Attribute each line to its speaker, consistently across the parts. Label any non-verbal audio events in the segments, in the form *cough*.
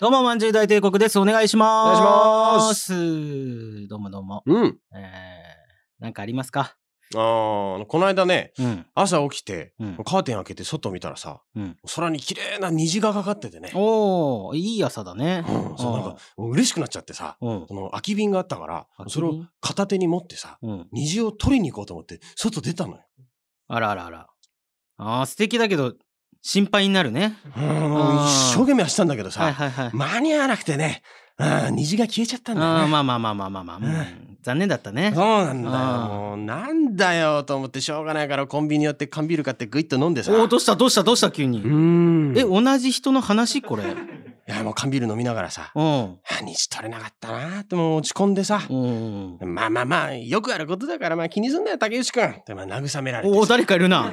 Speaker 1: どうも、まんじゅう大帝国です。お願いします。。
Speaker 2: お願いします
Speaker 1: どうもどうも。
Speaker 2: うん。
Speaker 1: えー、なんかありますか
Speaker 2: あーこの間ね、
Speaker 1: うん。
Speaker 2: 朝起きて、
Speaker 1: うん。
Speaker 2: カーテン開けて外見たらさ、
Speaker 1: うん
Speaker 2: 空に綺麗な虹がかかっててね。
Speaker 1: おー、いい朝だね。
Speaker 2: うん、そうなんか、嬉しくなっちゃってさ、
Speaker 1: うん。
Speaker 2: その空き瓶があったから、それ
Speaker 1: う
Speaker 2: を
Speaker 1: ん
Speaker 2: 片手に持ってさ、
Speaker 1: うん。
Speaker 2: 虹を取りに行こうと思って、外出たのよ。
Speaker 1: あらあらあら。あー、素敵だけど、心配になるね。
Speaker 2: うんもう一生懸命走ったんだけどさ、
Speaker 1: はいはいはい。
Speaker 2: 間に合わなくてね、うん虹が消えちゃったんだよ
Speaker 1: あー
Speaker 2: ね。
Speaker 1: まあまあまあまあまあまあ、うん
Speaker 2: うん
Speaker 1: 残念だったね。
Speaker 2: そうなんだよ。
Speaker 1: あー
Speaker 2: もうなんだよと思ってしょうがないからコンビニ寄って缶ビール買ってグイッと飲んでさ。
Speaker 1: おー、どうしたどうしたどうした急に。
Speaker 2: うん。
Speaker 1: え、同じ人の話こ
Speaker 2: *laughs*
Speaker 1: れ。
Speaker 2: いやもう缶ビール飲みながらさ、
Speaker 1: うん。
Speaker 2: あ虹取れなかったなってもう落ち込んでさ、
Speaker 1: うん。
Speaker 2: まあまあまあよくあることだからまあ気にすんなよ竹内くんってまあ慰められ
Speaker 1: お
Speaker 2: て
Speaker 1: お
Speaker 2: さ
Speaker 1: 誰かいるな。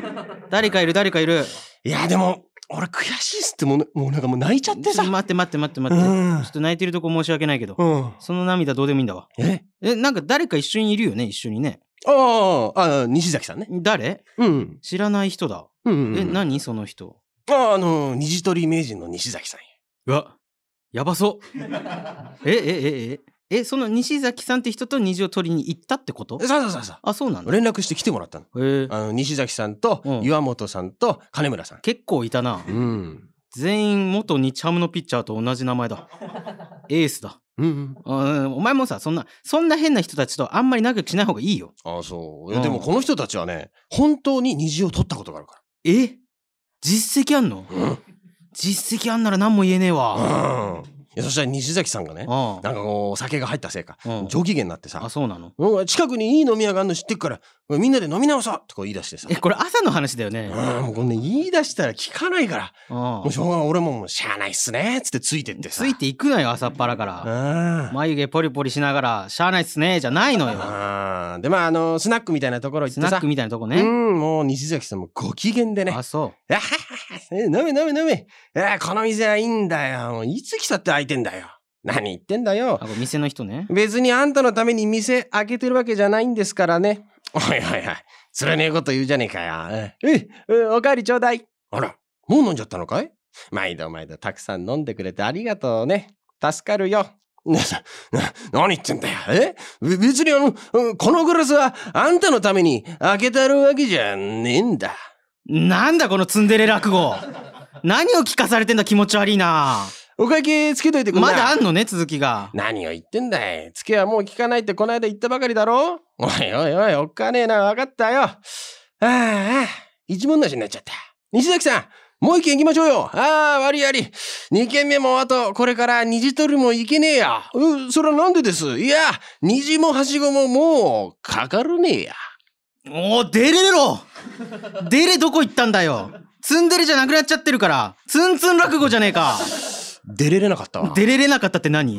Speaker 1: 誰かいる誰かいる。
Speaker 2: いやでも俺悔しいっすってもうなもうなんかもう泣いちゃってさ
Speaker 1: 待って待って待って
Speaker 2: う
Speaker 1: 待って。
Speaker 2: ん
Speaker 1: *laughs* ちょっと泣いてるとこ申し訳ないけど、
Speaker 2: うん
Speaker 1: その涙どうでもいいんだわ。
Speaker 2: え
Speaker 1: え、なんか誰か一緒にいるよね、一緒にね。
Speaker 2: ああああ西崎さんね
Speaker 1: 誰
Speaker 2: うん
Speaker 1: 知らない人だ。
Speaker 2: うんうん
Speaker 1: え、何その人。
Speaker 2: あああの虹取り名人の西崎さん
Speaker 1: うわ、やばそう。 *laughs* え、え、え、え、え、その西崎さんって人と虹を取りに行ったってこと
Speaker 2: やそうそうそうそ
Speaker 1: あ、そうなん
Speaker 2: う
Speaker 1: だ。へ
Speaker 2: 連絡して来てもらったの
Speaker 1: え
Speaker 2: あの西崎さんと
Speaker 1: うん
Speaker 2: 岩本さんと金村さん
Speaker 1: 結構いたな
Speaker 2: う。ん
Speaker 1: 全員元日ハムのピッチャーと同じ名前だ。 *laughs* エースだ。
Speaker 2: うん
Speaker 1: うんお前もさ、そんな、そんな変な人たちとあんまり仲良くしない方がいいよ。
Speaker 2: ああそう、
Speaker 1: うん
Speaker 2: でもこの人たちはね本当に虹を取ったことがあるか
Speaker 1: え実績あんの
Speaker 2: らうん
Speaker 1: 実績あんなら何も言えねえわ。
Speaker 2: うんいやそしたら西崎さんがね
Speaker 1: あ
Speaker 2: なんかこうお酒が入ったせいか
Speaker 1: あ。うん
Speaker 2: 上機嫌になってさ
Speaker 1: あ、そうなの
Speaker 2: 「うん近くにいい飲み屋があるの知ってっからみんなで飲み直そう」とか言い出してさ
Speaker 1: え、これ朝の話だよね。
Speaker 2: うんもうこんな言い出したら聞かないから
Speaker 1: うん
Speaker 2: もうしょうがない俺ももうしゃあないっすねっつってついてってさ
Speaker 1: ついていくなよ、朝っぱらから。
Speaker 2: あ
Speaker 1: 眉毛ポリポリしながら、しゃあないっすね、じゃないのよ。
Speaker 2: あでまああのスナックみたいなところ行っ
Speaker 1: ス
Speaker 2: て
Speaker 1: ナッ
Speaker 2: さ
Speaker 1: クみたいなとこ
Speaker 2: う
Speaker 1: ね。
Speaker 2: んもう西崎さんもご機嫌でね
Speaker 1: あ、そ
Speaker 2: 「あははは飲め飲め飲めあーこの店はいいんだよもういつ来たって開いてんだよ何言ってんだ
Speaker 1: う。
Speaker 2: よ
Speaker 1: あ、これ店の人ね。
Speaker 2: 別にあんたのために店開けてるわけじゃないんですからね。おいおいおい、つれねえこと言うじゃねえかよ。うんうん、うんおかわりちょうだい。あら、もう飲んじゃったのかい毎度毎度たくさん飲んでくれてありがとうね。助かるよ。な、な、何言ってんだよ。えべ別にあの、うんこのグラスはあんたのために開けてあるわけじゃねえんだ。
Speaker 1: なんだこのツンデレ落語。何を聞かされてんだ気持ち悪いな。
Speaker 2: お会計つけといてくんな
Speaker 1: まだあんのね、続きが。
Speaker 2: 何を言ってんだい。つけはもう聞かないってこないだ言ったばかりだろおいおいおい、おっかねえな。わかったよ。ああ、ああ一文なしになっちゃった。西崎さん、もう一軒行きましょうよ。ああ、悪い悪い。二軒目もあと、これから虹取りも行けねえや。う、それはなんでですいや、虹もはしごももう、かかるねえや。
Speaker 1: おー、デレレろ *laughs* デレどこ行ったんだよツンデレじゃなくなっちゃってるからツンツン落語じゃねえか
Speaker 2: 出れれなかったわ。
Speaker 1: デレれなかったって何
Speaker 2: うん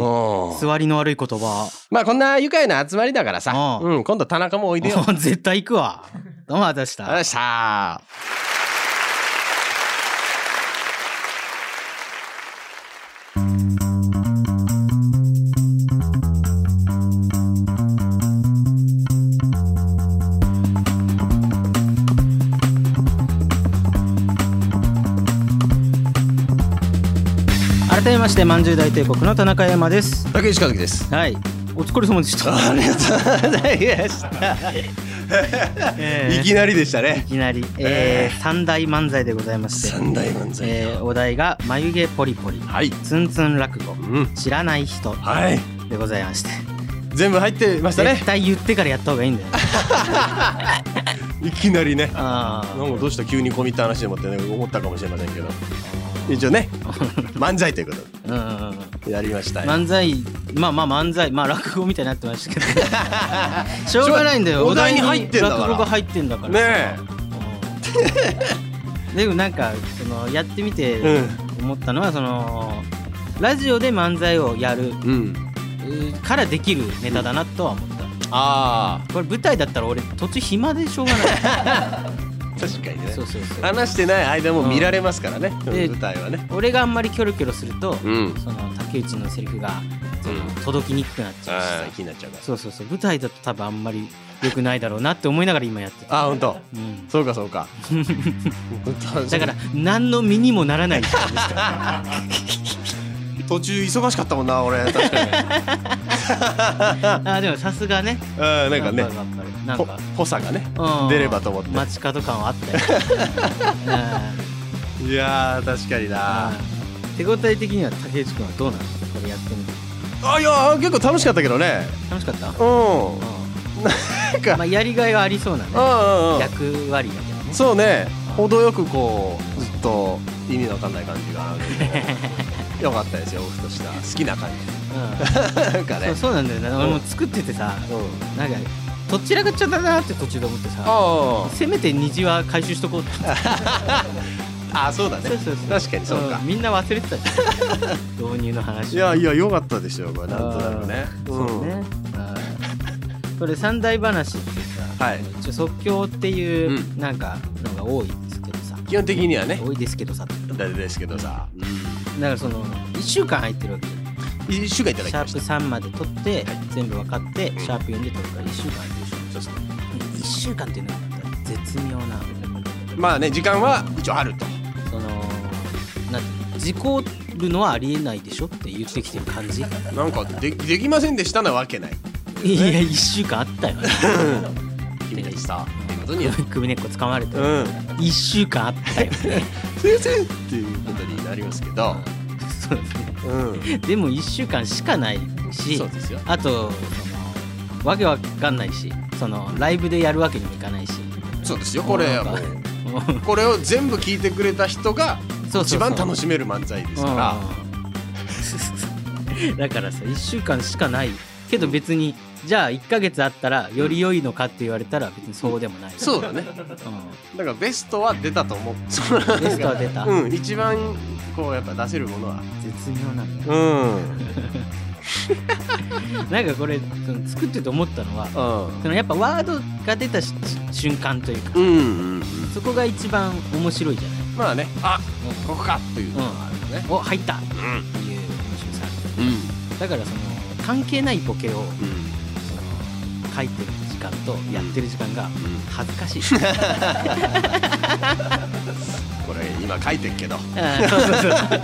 Speaker 1: 座りの悪い言葉。
Speaker 2: まあこんな愉快な集まりだからさ。
Speaker 1: うん
Speaker 2: うん、今度田中もおいでよ。
Speaker 1: もう絶対行くわ。どうもあたした。
Speaker 2: ありがとうございました。
Speaker 1: 改めまして、まんじゅう大帝国の田中山です。
Speaker 2: 竹内和樹です。
Speaker 1: はい。お疲れ様でした。
Speaker 2: ありがとうございました。
Speaker 1: えー
Speaker 2: いきなりでしたね
Speaker 1: い。きなり、えー三大漫才でございまして、
Speaker 2: 三大漫才。
Speaker 1: えーお題が眉毛ポリポリ、
Speaker 2: はい。
Speaker 1: ツンツン落語、
Speaker 2: うん。
Speaker 1: 知らない人
Speaker 2: はい。
Speaker 1: でございまして、
Speaker 2: 全部入ってましたね
Speaker 1: 絶。対言ってからやった方がいいん
Speaker 2: *laughs*
Speaker 1: だよ。
Speaker 2: いきなりね。
Speaker 1: あー
Speaker 2: なんかどうした急に込み入った話でもってね思ったかもしれませんけど。一 *laughs* 応ね漫才というこ
Speaker 1: うんうんうん。
Speaker 2: とでやりましたよ。
Speaker 1: 漫才まあまあ漫才まあ落語みたいになってましたけ
Speaker 2: *laughs*
Speaker 1: どしょうがないんだよ
Speaker 2: お題に入ってんだから
Speaker 1: 落語が入ってんだから
Speaker 2: ね
Speaker 1: うんでもなんかそのやってみ
Speaker 2: え。う
Speaker 1: て
Speaker 2: ん。
Speaker 1: 思ったのは、そのラジオで漫才をやる
Speaker 2: うん。
Speaker 1: うからできるネタだなとは思った、
Speaker 2: あ
Speaker 1: これ舞台だったら俺途中暇でしょうがない
Speaker 2: あ。確かに *laughs* ね
Speaker 1: そ。うそうそう
Speaker 2: 話してない間も見られますからね。うん
Speaker 1: で
Speaker 2: 舞台はね。
Speaker 1: 俺があんまりキョロキョロすると、
Speaker 2: うん。
Speaker 1: その竹内のセリフがその
Speaker 2: うん
Speaker 1: 届きにくくなっちゃうしさ
Speaker 2: ああ気になっちゃうから。
Speaker 1: そうそうそう舞台だと多分あんまり良くないだろうなって思いながら今やってた、
Speaker 2: ああ本当。
Speaker 1: うん、
Speaker 2: そうか *laughs* そうか。 *laughs*
Speaker 1: だから何の身にもならないそ
Speaker 2: 途中忙しかったもんな俺確 *laughs* かに
Speaker 1: あでもさすがね
Speaker 2: うんなんかね
Speaker 1: やっぱりなん
Speaker 2: ぽ
Speaker 1: か
Speaker 2: ぽさがね
Speaker 1: うん
Speaker 2: 出ればと思って
Speaker 1: 街角感はあ
Speaker 2: *laughs*
Speaker 1: ったよ
Speaker 2: いやー確かにな
Speaker 1: うんうん手応え的には竹内くんはどうなのこれやってみて
Speaker 2: あいやー結構楽しかったけどね
Speaker 1: 楽しかった
Speaker 2: うんなん
Speaker 1: うん
Speaker 2: か
Speaker 1: まあやりがいがありそうなね
Speaker 2: うんうん
Speaker 1: 役割だけどね
Speaker 2: そうね程よくこうずっと意味のわかんない感じ *laughs* があるけどよかったですよオフとした好きな感 *laughs* じなんか
Speaker 1: うんそ
Speaker 2: ね
Speaker 1: うそうなんだよな
Speaker 2: うん
Speaker 1: 俺も作っててさ
Speaker 2: うん
Speaker 1: なんかどちらかっちゃったなって途中で思ってさ
Speaker 2: あ
Speaker 1: せめて虹は回収しとこうって
Speaker 2: ああそうだね
Speaker 1: そうそうそう
Speaker 2: *laughs* 確かにそうか、
Speaker 1: んみんな忘
Speaker 2: *laughs*
Speaker 1: れてたじゃん導入の話
Speaker 2: いやいや良かったでしょこれなんとなくね
Speaker 1: そうね、うんこれ三大話ってさ、
Speaker 2: はい
Speaker 1: 一応即興っていううなんかのが多いんですけどさ、
Speaker 2: 基本的にはね
Speaker 1: 多いですけどさだ
Speaker 2: 誰ですけどさ、う
Speaker 1: からその1週間入ってるわけよ
Speaker 2: ん、一週間いただき
Speaker 1: シャ
Speaker 2: ま
Speaker 1: ー
Speaker 2: し
Speaker 1: プ
Speaker 2: た
Speaker 1: 3まで取って
Speaker 2: はい
Speaker 1: 全部分かって
Speaker 2: ん
Speaker 1: シャープ4で取るから1週間入ってるでしょ
Speaker 2: そうそう
Speaker 1: 1週間っていうのが絶妙な
Speaker 2: まあね時間は一応あると
Speaker 1: そのなんて事故るのはありえないでしょって言ってきてる感じい
Speaker 2: なんかでできませんでしたなわけない
Speaker 1: や1週間あったよ
Speaker 2: 君たちさっていうことには
Speaker 1: *laughs* 首根っこ掴まれて
Speaker 2: うん
Speaker 1: 1週間あったよ
Speaker 2: *laughs*
Speaker 1: ね
Speaker 2: 先生っていうことになりますけど、
Speaker 1: そうですね
Speaker 2: うん、
Speaker 1: でも1週間しかないし
Speaker 2: そうですよ
Speaker 1: あとそのわけわかんないしそのライブでやるわけにもいかないし
Speaker 2: そうですよこれはも
Speaker 1: *laughs*
Speaker 2: う
Speaker 1: もう
Speaker 2: これを全部聞いてくれた人が
Speaker 1: そうそう
Speaker 2: 一番楽
Speaker 1: い
Speaker 2: しめる漫才ですか
Speaker 1: *laughs* だからさ1週間しかないけど別にじゃあ1ヶ月あったらより良いのかって言われたら別にそうでもない、
Speaker 2: らそうだねだ
Speaker 1: うん、
Speaker 2: からベストは出たと思う
Speaker 1: ベストは出た、
Speaker 2: うん一番こうやっぱ出せるものは
Speaker 1: 絶妙なんだよ
Speaker 2: うん
Speaker 1: なんかこれその作ってて思ったのは
Speaker 2: うん
Speaker 1: そのやっぱワードが出たし瞬間というか
Speaker 2: うんうん
Speaker 1: そこが一番面白いじゃない
Speaker 2: まあねあここかっていうのがあるよね
Speaker 1: お入ったっ
Speaker 2: う
Speaker 1: ていう面白さ
Speaker 2: んうん
Speaker 1: だからその関係ないボケを
Speaker 2: うん
Speaker 1: その書いてる時間とやってる時間が恥ずかし *laughs* い、
Speaker 2: これ今書いてるけど
Speaker 1: あーそうそうそう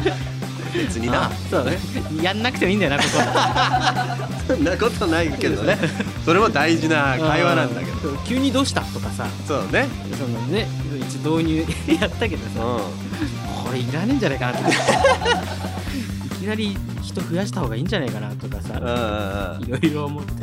Speaker 2: 別にな
Speaker 1: あそうね *laughs* やんなくてもいいんだよなここ
Speaker 2: そんなことないけどねそれも大事な *laughs* 会話なんだけど
Speaker 1: ど急にどうしたとかさ
Speaker 2: そうね
Speaker 1: そのね一応導入やったけど
Speaker 2: う
Speaker 1: さ
Speaker 2: ん
Speaker 1: これいらねえんじゃないかな
Speaker 2: *laughs*
Speaker 1: とかいきなり人増やした方がいいんじゃないかなとか
Speaker 2: う
Speaker 1: さ
Speaker 2: んうん
Speaker 1: いろいろ思ってて、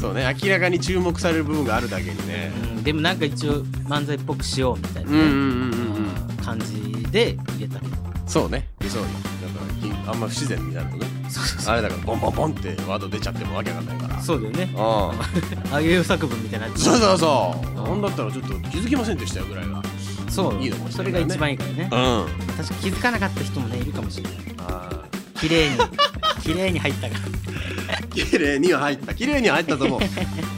Speaker 2: そうね明らかに注目される部分があるだけにね
Speaker 1: うん、でもなんか一応漫才っぽくしようみたいな
Speaker 2: うん
Speaker 1: ね、
Speaker 2: うんうんうん
Speaker 1: 感じで入れたけど
Speaker 2: そうねそうよだからきんあんま不自然になるとね
Speaker 1: そうそう
Speaker 2: あれだからボンボンボンってワード出ちゃってもわけわかんないから
Speaker 1: そうだよね
Speaker 2: うん
Speaker 1: あげよう作文みたいな
Speaker 2: そうそうそううんなんだったらちょっと気づきませんでしたよぐらいがう
Speaker 1: そう
Speaker 2: いいのかもし
Speaker 1: それ
Speaker 2: れな
Speaker 1: が
Speaker 2: いね
Speaker 1: 一番いいからね
Speaker 2: んあ
Speaker 1: 確か気づかなかった人もねいるかもしれない
Speaker 2: あ
Speaker 1: 綺麗に綺麗に入った
Speaker 2: *laughs*
Speaker 1: から
Speaker 2: 綺麗には入った綺麗には入ったと思 *laughs*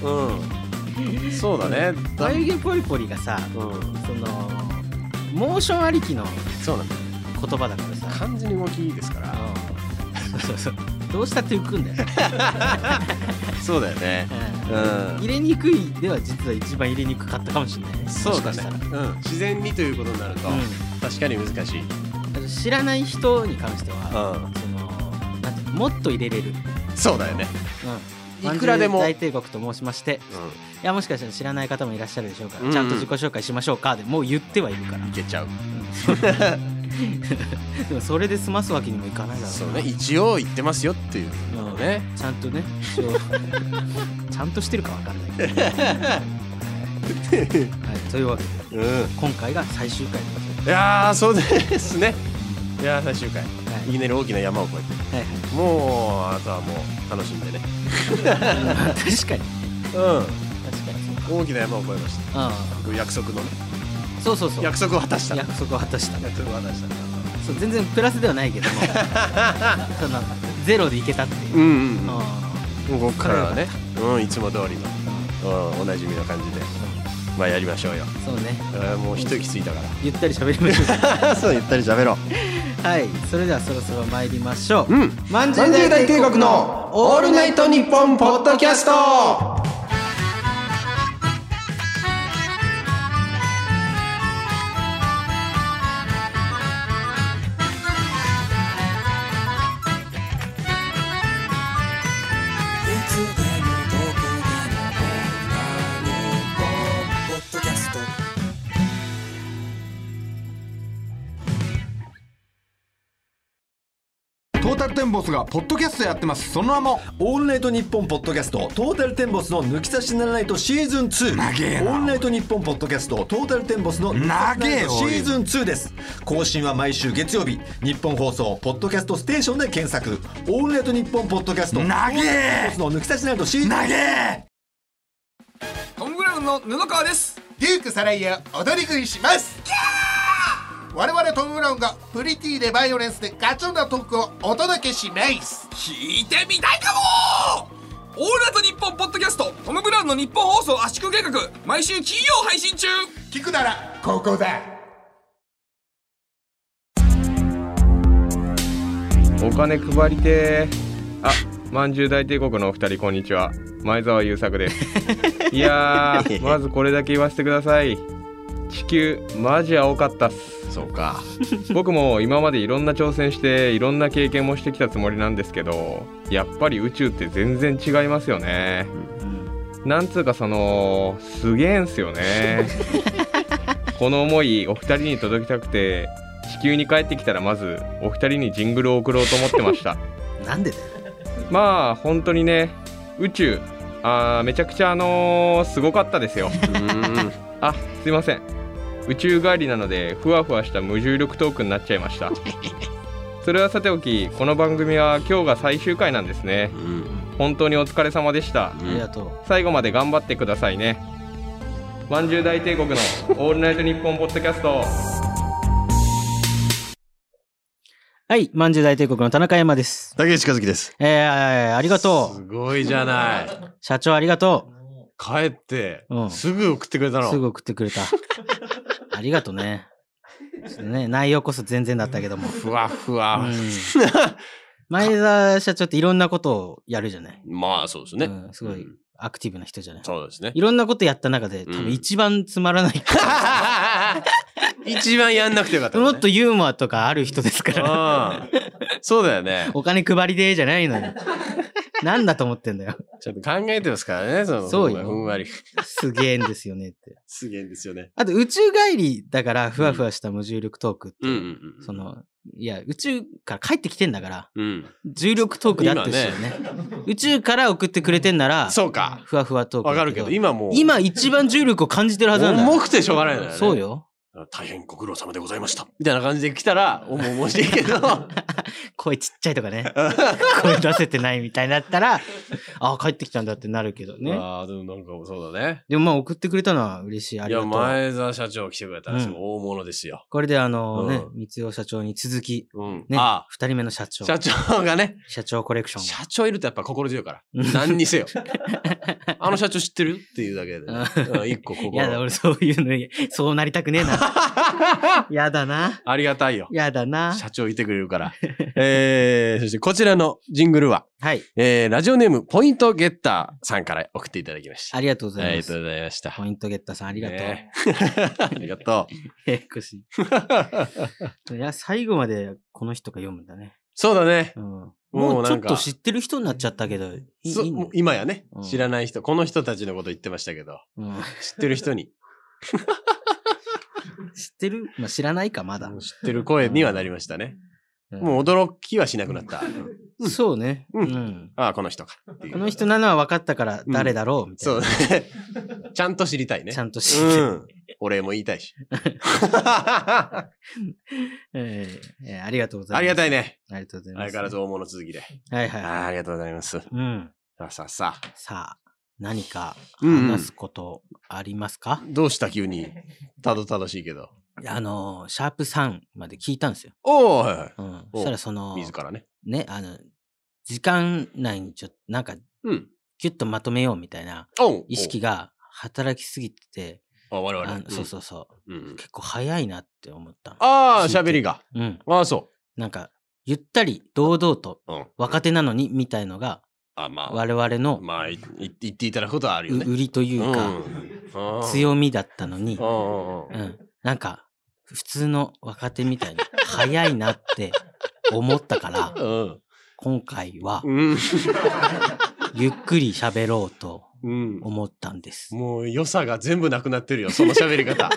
Speaker 2: ううんそうだねだ
Speaker 1: 眉毛ポリポリがさ
Speaker 2: うん
Speaker 1: そのモーションありきの
Speaker 2: そうなんだよね
Speaker 1: 言葉だからさ
Speaker 2: 漢字の動きですから
Speaker 1: うんそうそうそうどうしたって浮くんだよ
Speaker 2: *laughs*
Speaker 1: ね、
Speaker 2: そうだよね
Speaker 1: うん
Speaker 2: うん
Speaker 1: 入れにくいでは実は一番入れにくかったかもしれないね
Speaker 2: そうだ
Speaker 1: もしかした
Speaker 2: ね
Speaker 1: ら
Speaker 2: うん自然にということになると
Speaker 1: う
Speaker 2: 確かに難しいうん
Speaker 1: んあと知らない人に関してはそのなんていうのもっと入れれる、
Speaker 2: そうだよね
Speaker 1: うん、
Speaker 2: いくらでも
Speaker 1: まんじゅう大帝国と申しましていやもしかしたら知らない方もいらっしゃるでしょうから、
Speaker 2: うん
Speaker 1: ちゃんと自己紹介しましょうかでもう言ってはいるから
Speaker 2: いけちゃう
Speaker 1: でもそれで済ますわけにもいかないだろうな
Speaker 2: そうね一応言ってますよっていうのをね
Speaker 1: ちゃんとね一応ちゃんとしてるかわかんないけど、はい、というわけで
Speaker 2: うん
Speaker 1: 今回が最終回で
Speaker 2: いやーそうですねいやー最終回
Speaker 1: はい
Speaker 2: きなり大きな山を越えて
Speaker 1: はい
Speaker 2: もうあとはもう楽しんでね
Speaker 1: *laughs* はい確かに
Speaker 2: う
Speaker 1: 確かにそうか
Speaker 2: ん大きな山を越えまし
Speaker 1: あ
Speaker 2: た約束のね
Speaker 1: あそうそうそう
Speaker 2: 約束を果たした
Speaker 1: 約束を果たした
Speaker 2: 約束を果たした
Speaker 1: そう全然プラスではないけどもそのゼロでいけたっていう、
Speaker 2: うんうん
Speaker 1: ああ
Speaker 2: うんここからはねうんいつも通りのうんおなじみの感じでまあやりましょうよ
Speaker 1: そうね
Speaker 2: あーもう一息ついたか
Speaker 1: ゆったり喋りましょう
Speaker 2: らそうゆったり喋ろ
Speaker 1: *laughs* はい、それではそろそろ参りましょう。
Speaker 2: うん
Speaker 1: まんじゅう
Speaker 2: 30
Speaker 1: 大
Speaker 2: 代
Speaker 1: 帝
Speaker 2: 帝
Speaker 1: 国
Speaker 2: 国
Speaker 1: の
Speaker 2: の
Speaker 1: オ
Speaker 2: オ
Speaker 1: ー
Speaker 2: ー
Speaker 1: ル
Speaker 2: ル
Speaker 1: ナ
Speaker 2: ナ
Speaker 1: イ
Speaker 2: イ
Speaker 1: ト
Speaker 2: ト
Speaker 1: ニ
Speaker 2: ニ
Speaker 1: ッ
Speaker 2: ッ
Speaker 1: ポ
Speaker 2: ポ
Speaker 1: ン
Speaker 2: ン
Speaker 1: ポ
Speaker 2: ポ
Speaker 1: ッド
Speaker 2: ッド
Speaker 1: キ
Speaker 2: キ
Speaker 1: ャ
Speaker 2: ャ
Speaker 1: ス
Speaker 2: ス
Speaker 1: ト
Speaker 2: ト
Speaker 3: トータルテンボスがポッドキャストやってますその名も
Speaker 4: オールナイトニッポンポッドキャストトータルテンボスの抜き差しならないとシーズン2
Speaker 3: 長えな
Speaker 4: オールナイトニッポンポッドキャストトータルテンボスの抜き差しならないとシーズン2です更新は毎週月曜日日本放送ポッドキャストステーションで検索オールナイトニッポンポッドキャスト
Speaker 3: 投げ
Speaker 4: の抜き差しならないとシーズン
Speaker 3: 投げ
Speaker 5: トム・ブラウンの布川です
Speaker 6: デュークサライヤを踊り食いします我々トム・ブラウンがプリティでバイオレンスでガチョンなトークをお届けします
Speaker 5: 聞いてみたいかもオールナイトニッポンポッドキャストトム・ブラウンの日本放送圧縮計画毎週金曜配信中
Speaker 6: 聞くならここだ
Speaker 7: お金配りてーあまんじゅう大帝国のお二人こんにちは前澤友作ですいやーまずこれだけ言わせてください地球マジ青かったっす
Speaker 2: そうか
Speaker 7: *laughs* 僕も今までいろんな挑戦していろんな経験もしてきたつもりなんですけどやっぱり宇宙って全然違いますよね、なんつうかそのすげえんすよねこの思いお二人に届きたくて地球に帰ってきたらまずお二人にジングルを送ろうと思ってました
Speaker 1: なんでだよ
Speaker 7: まあ本当にね宇宙あーめちゃくちゃあのーすごかったですよあすいません宇宙帰りなのでふわふわした無重力トークになっちゃいましたそれはさておきこの番組は今日が最終回なんですね本当にお疲れ様でした
Speaker 1: ありがとう
Speaker 7: 最後まで頑張ってくださいねまんじゅう大帝国の「オールナイトニッポン」ポッドキャスト
Speaker 1: はいまんじゅう大帝国の田中山です
Speaker 4: 竹内和樹です
Speaker 1: えー、ありがと
Speaker 2: すごいじゃないう
Speaker 1: 社長ありがと
Speaker 2: 帰って
Speaker 1: うん
Speaker 2: すぐ送ってくれた
Speaker 1: う
Speaker 2: の
Speaker 1: すぐ送ってくれたありがとうねちょっとね内容こそ全然だったけども、
Speaker 2: ふわふ
Speaker 1: う
Speaker 2: *laughs* わ
Speaker 1: ん、前澤社長っていろんなことをやるじゃない、
Speaker 2: まあそうですね
Speaker 1: うん、すごいアクティブな人じゃない
Speaker 2: そうですね
Speaker 1: いろんなことやった中で多
Speaker 2: うん
Speaker 1: 分一番つまらない、
Speaker 2: *laughs* 一番やんなくてよかった
Speaker 1: も
Speaker 2: のね
Speaker 1: っとユーモアとかある人ですから
Speaker 2: うんそうだよね
Speaker 1: お金配りでじゃないのよ。なんだと思ってんだよ。
Speaker 2: ちょっと考えてますからねその
Speaker 1: そうよ
Speaker 2: ふんわり
Speaker 1: すげえんですよねって。
Speaker 2: すげえんですよね
Speaker 1: あと宇宙帰りだからふわふわした無重力トークって、
Speaker 2: うんうんうん
Speaker 1: その、いや、宇宙から帰ってきてんだから、
Speaker 2: うん
Speaker 1: 重力トークだってほしいよね。宇宙から送ってくれてんなら、
Speaker 2: そうか
Speaker 1: ふわふわトークだ。
Speaker 2: わかるけど今もう
Speaker 1: 今一番重力を感じてるはずなんだよ。
Speaker 2: 重くてしょうがないのよね
Speaker 1: そうよ。
Speaker 2: 大変ご苦労様でございましたみたいな感じで来
Speaker 1: *laughs*
Speaker 2: たらおも面白いけど
Speaker 1: 声ちっちゃいとか
Speaker 2: *laughs*
Speaker 1: ね。声出せてないみたいになったら、あ帰ってきたんだってなるけどね。
Speaker 2: ああでもなんかそうだね
Speaker 1: でもまあ送ってくれたのは嬉しい。あ
Speaker 2: い
Speaker 1: りが
Speaker 2: や
Speaker 1: とう。
Speaker 2: 前澤社長来てくれたら
Speaker 1: うん
Speaker 2: すごい大物ですよ、
Speaker 1: これであのね、
Speaker 2: う
Speaker 1: 三代社長に続き、
Speaker 2: うん
Speaker 1: ね、
Speaker 2: あ
Speaker 1: 二人目の社長
Speaker 2: あ社長がね
Speaker 1: 社長コレクション
Speaker 2: 社長いるとやっぱ心強いから何にせ
Speaker 1: *laughs*
Speaker 2: よあの社長知ってるっていうだけで、ねうん、一個
Speaker 1: いやだ
Speaker 2: 心
Speaker 1: 俺そういうのいそうなりたくねえな
Speaker 2: *laughs*
Speaker 1: やだな
Speaker 2: ありがたいよ
Speaker 1: やだな
Speaker 2: 社長いてくれ
Speaker 1: *laughs*
Speaker 2: るからえー、そしてこちらのジングルは、
Speaker 1: はい
Speaker 2: えー、ラジオネームポイントゲッターさんから送っていただきました
Speaker 1: ありがとうござ
Speaker 2: あ
Speaker 1: いま
Speaker 2: りがとう
Speaker 1: す
Speaker 2: ございました
Speaker 1: ポイントゲッターさんありがとう、
Speaker 2: ね *laughs* ありがとう。
Speaker 1: ややこ
Speaker 2: *laughs*
Speaker 1: しいいや最後までこの人が読むんだね、
Speaker 2: そうだね。
Speaker 1: うん、
Speaker 2: も
Speaker 1: も
Speaker 2: う
Speaker 1: う
Speaker 2: な
Speaker 1: ちょ
Speaker 2: ん
Speaker 1: っ
Speaker 2: か
Speaker 1: と知ってる人になっちゃったけどいい
Speaker 2: そ
Speaker 1: いいの
Speaker 2: もう今やね
Speaker 1: うん、
Speaker 2: 知らない人、この人たちのこと言ってましたけど、
Speaker 1: うん
Speaker 2: 知ってる
Speaker 1: *laughs*
Speaker 2: 人に、
Speaker 1: 知ってる、まあ、知らないかまだ
Speaker 2: もう知ってる声にはなりましたね。
Speaker 1: うん
Speaker 2: もう驚きはしなくなった。
Speaker 1: そうねう、
Speaker 2: うんんああ、この人かっていう。
Speaker 1: この人なのは分かったから誰だろうみたいな、
Speaker 2: そう *laughs* ね。ちゃんと知りたいね。
Speaker 1: ちゃんと知って、
Speaker 2: うん。お礼も言いた
Speaker 1: *laughs*
Speaker 2: いし。
Speaker 1: えーえーありがとうございます
Speaker 2: ありがたいね。
Speaker 1: ありがとうござい
Speaker 2: 相
Speaker 1: ます。
Speaker 2: 変わらず大物続きで。
Speaker 1: はいは
Speaker 2: あ
Speaker 1: い。
Speaker 2: あありがとうございます。
Speaker 1: うん。
Speaker 2: さあさあさあ。
Speaker 1: さあ、何か
Speaker 2: うんうん
Speaker 1: 話すことありますか、
Speaker 2: どうした急に。たどたどしいけど。
Speaker 1: あの、シャープ3まで聞いたんですよ。
Speaker 2: おー
Speaker 1: うん。そ
Speaker 2: お
Speaker 1: したらその、
Speaker 2: 自らね。
Speaker 1: ね、あの、時間内にちょっと、なんか、
Speaker 2: うん。
Speaker 1: ギュッとまとめようみたいな
Speaker 2: おう
Speaker 1: 意識が働きすぎてて、
Speaker 2: あ、我々。
Speaker 1: あの
Speaker 2: ん
Speaker 1: そうそうそう、
Speaker 2: うんうん
Speaker 1: 結構早いなって思ったの。
Speaker 2: ああ、喋りが。
Speaker 1: うん。
Speaker 2: ああ、そ
Speaker 1: なんか、ゆったり堂々と
Speaker 2: う。うん。
Speaker 1: 若手なのにみたいのが
Speaker 2: あ、まあ、
Speaker 1: 我々の
Speaker 2: まあ、いい言っていただくことはあるよね。
Speaker 1: 売りというか、
Speaker 2: うん
Speaker 1: 強みだったのに、
Speaker 2: うんうんうん
Speaker 1: うん。なんか、普通の若手みたいに
Speaker 2: *laughs*
Speaker 1: 早いなって思ったから、
Speaker 2: うん
Speaker 1: 今回は
Speaker 2: うん。
Speaker 1: ゆっくり喋ろうと
Speaker 2: うん。
Speaker 1: 思ったんです。
Speaker 2: もう良さが全部なくなってるよ、その喋り方。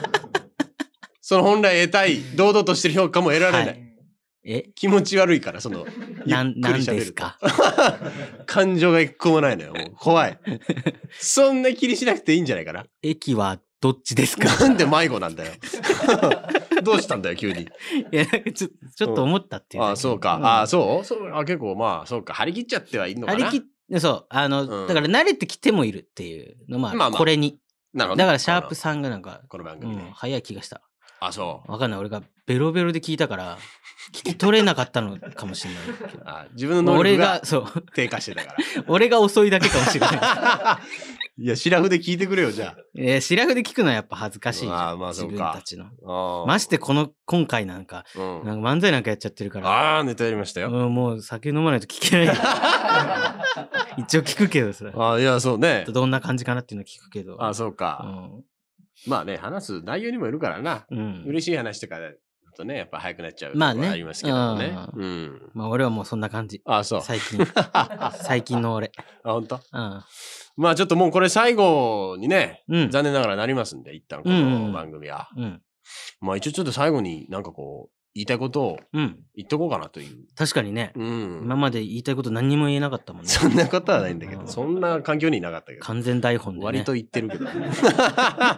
Speaker 2: その本来得たい、堂々としてる評価も得られない。
Speaker 1: はいえ
Speaker 2: 気持ち悪いから、その、
Speaker 1: なん、
Speaker 2: ゆっ
Speaker 1: な
Speaker 2: くり
Speaker 1: ん
Speaker 2: 喋る
Speaker 1: ですか
Speaker 2: 感情が一個もな
Speaker 1: *laughs*
Speaker 2: いのよ。もう怖い。そんな気にしなくていいんじゃないかな。
Speaker 1: 駅はどっち
Speaker 2: *laughs*
Speaker 1: ですか
Speaker 2: なんで迷子なんだよ。 *laughs* どうしたんだよ、急に。
Speaker 1: いや、なんかちょちょっと思ったっていうだけ。
Speaker 2: ああ、そうか。ああ、そうそうあ結構、まあ、そうか。張り切っちゃってはいいのか
Speaker 1: 張
Speaker 2: な。
Speaker 1: り切って、そう、あの、
Speaker 2: うん
Speaker 1: だから慣れてきてもいるっていうのもある、
Speaker 2: まあまあ
Speaker 1: これに。
Speaker 2: なるほど
Speaker 1: だからシャープさんがなんか、
Speaker 2: この番
Speaker 1: う
Speaker 2: 組
Speaker 1: ん、
Speaker 2: ね。
Speaker 1: 早い気がした。
Speaker 2: あそう。
Speaker 1: わかんない。俺がベロベロで聞いたから、聞き取れなかったのかもし
Speaker 2: *laughs*
Speaker 1: れないけど。
Speaker 2: あ自分の能
Speaker 1: 俺
Speaker 2: 力が
Speaker 1: が、そう、
Speaker 2: 低下してたか
Speaker 1: 俺が遅いだけかもしれない。
Speaker 2: *laughs* ら。いや、シラフで聞いてくれよ、じゃ
Speaker 1: えー、シラフで聞くのはやっぱ恥ずかしいじゃん。
Speaker 2: あーまあそ
Speaker 1: 自
Speaker 2: うか
Speaker 1: 分たちの。
Speaker 2: あ。
Speaker 1: ましてこの、今回なんか、
Speaker 2: う。
Speaker 1: なんんか漫才なんかやっちゃってるから、
Speaker 2: ああ、ネタやりましたよ。
Speaker 1: うん、もう酒飲まないと聞け
Speaker 2: *laughs*
Speaker 1: ない。一応聞くけどさ、
Speaker 2: ああ、いや、そうね。
Speaker 1: どんな感じかなっていうの聞くけど。
Speaker 2: ああ、そう
Speaker 1: う
Speaker 2: か。
Speaker 1: ん。
Speaker 2: まあね、話す内容にもよるからな。
Speaker 1: うん。
Speaker 2: 嬉しい話とかだとね、やっぱ早くなっちゃう。
Speaker 1: まあね
Speaker 2: ありますけどね。
Speaker 1: う
Speaker 2: うん。
Speaker 1: まあ俺はもうそんな感じ。
Speaker 2: ああ、そう。
Speaker 1: 最近。
Speaker 2: *laughs* あ、
Speaker 1: 最近の俺。
Speaker 2: 本当。
Speaker 1: うん。
Speaker 2: まあちょっともうこれ最後にね、
Speaker 1: うん。
Speaker 2: 残念ながらなりますんで、一旦こ
Speaker 1: うんう
Speaker 2: の
Speaker 1: ん
Speaker 2: 番組は。
Speaker 1: うん。
Speaker 2: まあ一応ちょっと最後になんかこう、言いたいことを
Speaker 1: うん。
Speaker 2: 言っとこうかなという。
Speaker 1: 確かにね。
Speaker 2: うん。
Speaker 1: 今まで言いたいこと何にも言えなかったもんね。
Speaker 2: そんなことはないんだけ
Speaker 1: う
Speaker 2: ど、
Speaker 1: ん
Speaker 2: そんな環境にいなかったけど。
Speaker 1: 完全台本でね。
Speaker 2: 割と言ってるけど。 *laughs*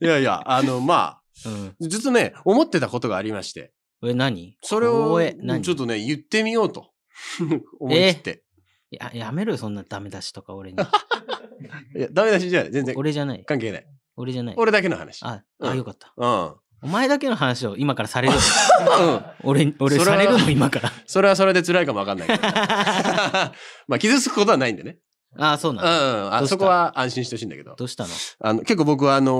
Speaker 2: いやいや、あの、ま
Speaker 1: うん。
Speaker 2: あ、ずっとね、思ってたことがありまして、
Speaker 1: え、何
Speaker 2: それを
Speaker 1: 光栄何
Speaker 2: ちょっとね、言ってみようと *laughs* 思い切って。
Speaker 1: や、やめろよ、そんなダメ出しとか俺に。
Speaker 2: いや、ダメ出しじゃない。全然
Speaker 1: 俺じゃない。
Speaker 2: 関係ない。
Speaker 1: 俺じゃない。
Speaker 2: 俺だけの話。
Speaker 1: あ、
Speaker 2: う
Speaker 1: あ、
Speaker 2: ん
Speaker 1: よかった。
Speaker 2: うん。うん。
Speaker 1: お前だけの話を今からされ
Speaker 2: *laughs*
Speaker 1: る。俺に、俺
Speaker 2: それ
Speaker 1: さ
Speaker 2: は
Speaker 1: れるの今から。
Speaker 2: それはそれで辛いかもわかんない
Speaker 1: *laughs*
Speaker 2: けど。 *laughs* まあ、傷つくことはないんでね。
Speaker 1: あ、そう
Speaker 2: うん。
Speaker 1: なの。ど
Speaker 2: あ
Speaker 1: うした
Speaker 2: そこは安心してほしいんだけど。
Speaker 1: どうしたの
Speaker 2: あの結構僕は、あの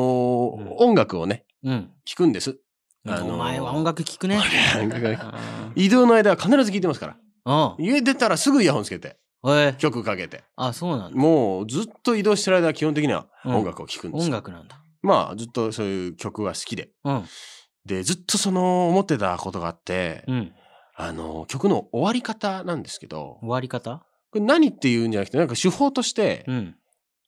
Speaker 2: ー
Speaker 1: うん
Speaker 2: 音楽をね、
Speaker 1: うん。
Speaker 2: 聴く
Speaker 1: *laughs*
Speaker 2: んです。あのー
Speaker 1: お前は音楽聴くね。
Speaker 2: 俺音楽が
Speaker 1: あ
Speaker 2: 移動の間は必ず聴いてますから。
Speaker 1: あ。
Speaker 2: 家出たらすぐイヤホンつけて、
Speaker 1: え、
Speaker 2: 曲かけて。
Speaker 1: あ、そうなんだ。
Speaker 2: もうずっと移動してる間は基本的には
Speaker 1: うん
Speaker 2: 音楽を聴くんですよ、
Speaker 1: 音楽なんだ。
Speaker 2: まあ、ずっとそういう曲が好きで。
Speaker 1: うん。
Speaker 2: で、ずっとその思ってたことがあって、
Speaker 1: うん。
Speaker 2: あの、曲の終わり方なんですけど、
Speaker 1: 終わり方
Speaker 2: これ何っていうんじゃなくて、なんか手法として
Speaker 1: う、ん。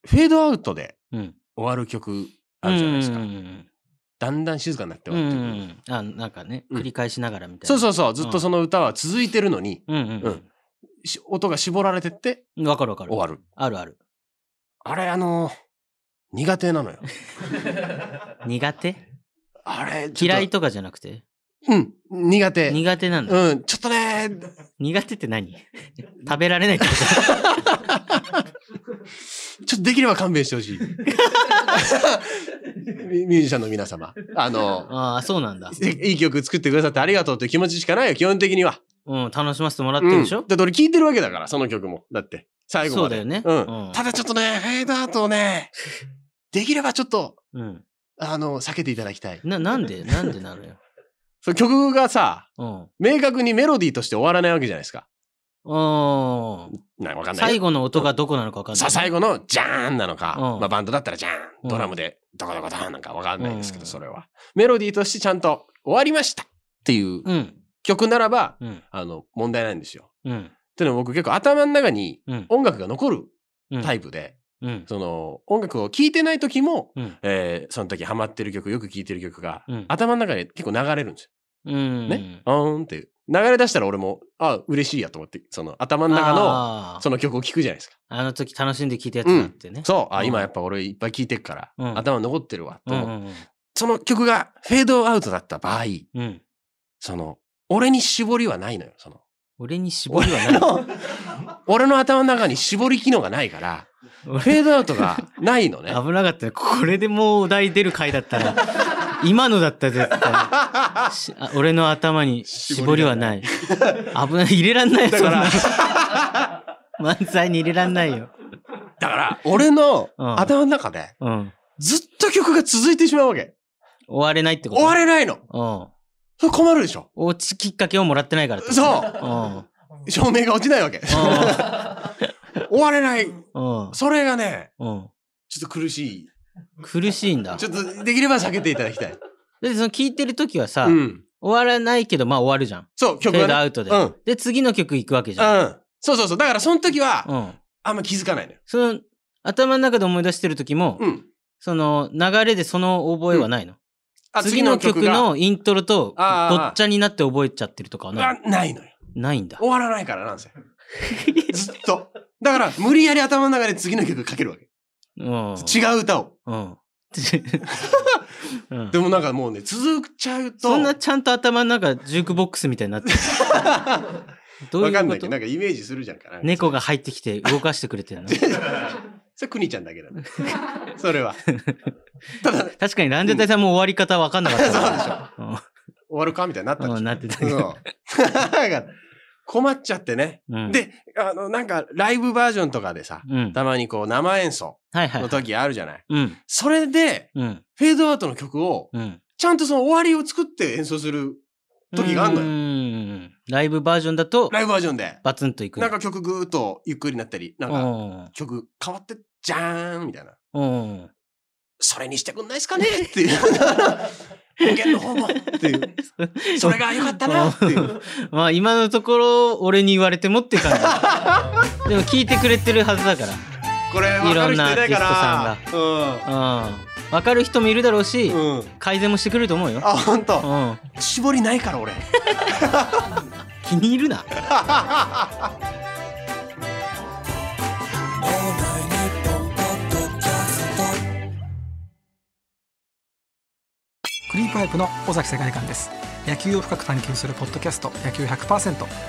Speaker 2: フェードアウトで
Speaker 1: うん。
Speaker 2: 終わる曲あるじゃないですか
Speaker 1: うん。うんうん
Speaker 2: だんだん静かになって
Speaker 1: うん
Speaker 2: 終わってく
Speaker 1: う
Speaker 2: る。
Speaker 1: んうんあなんかね
Speaker 2: うん
Speaker 1: 繰り返しながらみたいな、
Speaker 2: そうそううそう、ずっとその歌は続いてるのに、
Speaker 1: うんうん
Speaker 2: うんし音が絞られてって
Speaker 1: うんわかるわかる
Speaker 2: 終わる。
Speaker 1: あるある
Speaker 2: あれ、あの、苦手
Speaker 1: *laughs*
Speaker 2: なのよ。
Speaker 1: 苦手
Speaker 2: あれ、ちょっ
Speaker 1: 嫌いとかじゃなくて
Speaker 2: うん、苦手。
Speaker 1: 苦手なんだ、
Speaker 2: うん、ちょっとね、
Speaker 1: 苦手って何 *laughs* 食べられないってこ
Speaker 2: ちょっとできれば勘弁してほしい。 *laughs* ミミュージシャンの皆様。あの
Speaker 1: と、ああそうなん
Speaker 2: *laughs*
Speaker 1: だ
Speaker 2: いいい曲作ってくださってありがとうという気持ちしかないよ、基本的には。
Speaker 1: うん楽しませてもらってるでし
Speaker 2: う
Speaker 1: ょ
Speaker 2: ん、だって俺聴いてるわけだから、その曲も。だって、最後
Speaker 1: そう
Speaker 2: ま
Speaker 1: だ
Speaker 2: で。
Speaker 1: よね
Speaker 2: うん
Speaker 1: うん
Speaker 2: ただちょっとね、フェードアウトをね、できればちょっと、
Speaker 1: うん、
Speaker 2: あの、避けていただきたい。
Speaker 1: ななん
Speaker 2: *laughs*
Speaker 1: でなんでなのよ
Speaker 2: その曲がさ、
Speaker 1: うん
Speaker 2: 明確にメロディーとして終わらないわけじゃないですか。
Speaker 1: あー
Speaker 2: な、わかんないよ。
Speaker 1: 最後の音がどこなのかわかんない
Speaker 2: さあ、最後の、ジャーンなのか、
Speaker 1: うん
Speaker 2: まあバンドだったらジャー
Speaker 1: うん
Speaker 2: ン、ドラムで、どこどこだーンなんかわかんないですけど、
Speaker 1: うん
Speaker 2: それは。メロディーとしてちゃんと、終わりましたっていう
Speaker 1: うん
Speaker 2: 曲ならば、
Speaker 1: うん
Speaker 2: あの、問題ないんですよ。
Speaker 1: うん
Speaker 2: っていうのは僕結構頭の中に
Speaker 1: うん
Speaker 2: 音楽が残る
Speaker 1: うん
Speaker 2: タイプで、
Speaker 1: うん
Speaker 2: その音楽を聴いてない時も、
Speaker 1: うん
Speaker 2: えーその時ハマってる曲よく聴いてる曲が、
Speaker 1: うん
Speaker 2: 頭の中で結構流れるんです
Speaker 1: うん
Speaker 2: よ。ね。あーんっていう。流れ出したら俺も、あ嬉しいやと思って、その頭の中の
Speaker 1: あー
Speaker 2: その曲を聴くじゃないですか。
Speaker 1: あの時楽しんで聴いたやつだってね、
Speaker 2: そう、あ、
Speaker 1: うん
Speaker 2: 今やっぱ俺いっぱい聴いてるから、
Speaker 1: うん
Speaker 2: 頭残ってるわと思う、
Speaker 1: うんうん
Speaker 2: その曲がフェードアウトだった場
Speaker 1: う
Speaker 2: 合、
Speaker 1: んうん
Speaker 2: その、俺に絞りはないのよ、その。
Speaker 1: 俺に絞
Speaker 2: 俺
Speaker 1: りはない *laughs*
Speaker 2: の、俺の頭の中に絞り機能がな
Speaker 1: *laughs*
Speaker 2: いから、フェードアウトがないのね。
Speaker 1: 危なかったねこれでもうお題出る回だったら
Speaker 2: *laughs*
Speaker 1: 今のだったら絶対しあ俺の頭に絞りはない危ない入れらんないよ
Speaker 2: だから、
Speaker 1: そんな漫才に入れらんないよ
Speaker 2: だから、俺の
Speaker 1: うん
Speaker 2: 頭の中で、
Speaker 1: うん
Speaker 2: ずっと曲が続いてしまうわけ。
Speaker 1: 終われないってこと
Speaker 2: 終われないの。
Speaker 1: うん
Speaker 2: それ困るでしょ。
Speaker 1: 落ちきっかけをもらってないからってこと
Speaker 2: そう照明が落ちないわけ。終われない。
Speaker 1: うん
Speaker 2: それがね、
Speaker 1: うんうん
Speaker 2: ちょっと苦し
Speaker 1: 苦しいんだ
Speaker 2: い。ちょっと、できれば避けていただきたい。
Speaker 1: でその聞いてる時はさ、
Speaker 2: うん。
Speaker 1: 終わらないけどまあ終わるじゃん
Speaker 2: そう、
Speaker 1: フ
Speaker 2: 曲
Speaker 1: ェード
Speaker 2: が
Speaker 1: ア
Speaker 2: ね。
Speaker 1: ウトで、
Speaker 2: うん
Speaker 1: で次の曲行くわけじ
Speaker 2: う
Speaker 1: ゃん、
Speaker 2: ん。そうそうそう。だから、その時は、
Speaker 1: うん、
Speaker 2: あんま気づかないのよ。
Speaker 1: その頭の中で思い出してる時も、
Speaker 2: うん。
Speaker 1: その流れでその覚えはないの、
Speaker 2: あ
Speaker 1: 次の曲
Speaker 2: が
Speaker 1: のイントロとご
Speaker 2: あー
Speaker 1: っちゃになって覚えちゃってるとかはない
Speaker 2: あないのよ。
Speaker 1: ないんだ。
Speaker 2: 終わらないからな
Speaker 1: *laughs*
Speaker 2: んですよ。ずっと。だから、無理やり頭の中で次の曲かけるわけ。
Speaker 1: うん。
Speaker 2: 違う歌を。 *laughs*
Speaker 1: うん。うん
Speaker 2: でもなんかもうね、続くちゃうと。
Speaker 1: そんなちゃんと頭の中ジュークボックスみたいになってる。どう
Speaker 2: *laughs* わ
Speaker 1: い
Speaker 2: か
Speaker 1: うん
Speaker 2: な
Speaker 1: こ
Speaker 2: いけ
Speaker 1: と
Speaker 2: ど、なんかイメージするじゃんかな。
Speaker 1: 猫が入ってきて動かしてくれ
Speaker 2: *laughs*
Speaker 1: てるの。
Speaker 2: それ、くにちゃんだけだね。そ
Speaker 1: *laughs*
Speaker 2: れは。ただ、終
Speaker 1: 確かにランジャタイさんも終わり方わかんなかったからね。
Speaker 2: わるかみたいになった
Speaker 1: うん。うん
Speaker 2: で
Speaker 1: なってた
Speaker 2: しょ。
Speaker 1: け
Speaker 2: *laughs*
Speaker 1: ど。
Speaker 2: そうだから困っちゃってね。
Speaker 1: うん、
Speaker 2: で、あの、なんか、ライブバージョンとかでさ、
Speaker 1: うん。
Speaker 2: たまにこう、生演奏
Speaker 1: はいはい
Speaker 2: の
Speaker 1: はい。
Speaker 2: 時あるじゃない。
Speaker 1: うん。
Speaker 2: それで、
Speaker 1: うん。
Speaker 2: フェードアウトの曲を、
Speaker 1: うん。
Speaker 2: ちゃんとその終わりを作って演奏する時があんのよ。
Speaker 1: よ。ライブバージョンだと
Speaker 2: ライブバージョンで。
Speaker 1: バツンといく。
Speaker 2: なんか曲ぐーっとゆっくりになったり、なんか曲変わって、じゃーんみたいな。
Speaker 1: うん。うん。
Speaker 2: それにしてくんないですかねって *laughs* いう。音源の方もっていう。 *laughs* それが良かったなっていう。
Speaker 1: まあ今のところ俺に言われてもって感
Speaker 2: *laughs*
Speaker 1: じでも聞いてくれてるはずだか
Speaker 2: これ分かる人いないか
Speaker 1: い。
Speaker 2: らう
Speaker 1: らうん分かる人もいるだろうし、
Speaker 2: ん。うん。
Speaker 1: 改善もしてくれると思うよ、
Speaker 2: あ、ほん
Speaker 1: う
Speaker 2: と。
Speaker 1: ん、
Speaker 2: 絞りないから俺。
Speaker 1: 気に入るな
Speaker 8: クリープハイプの尾崎世界観です野球を深く探求するポッドキャスト「野球100%」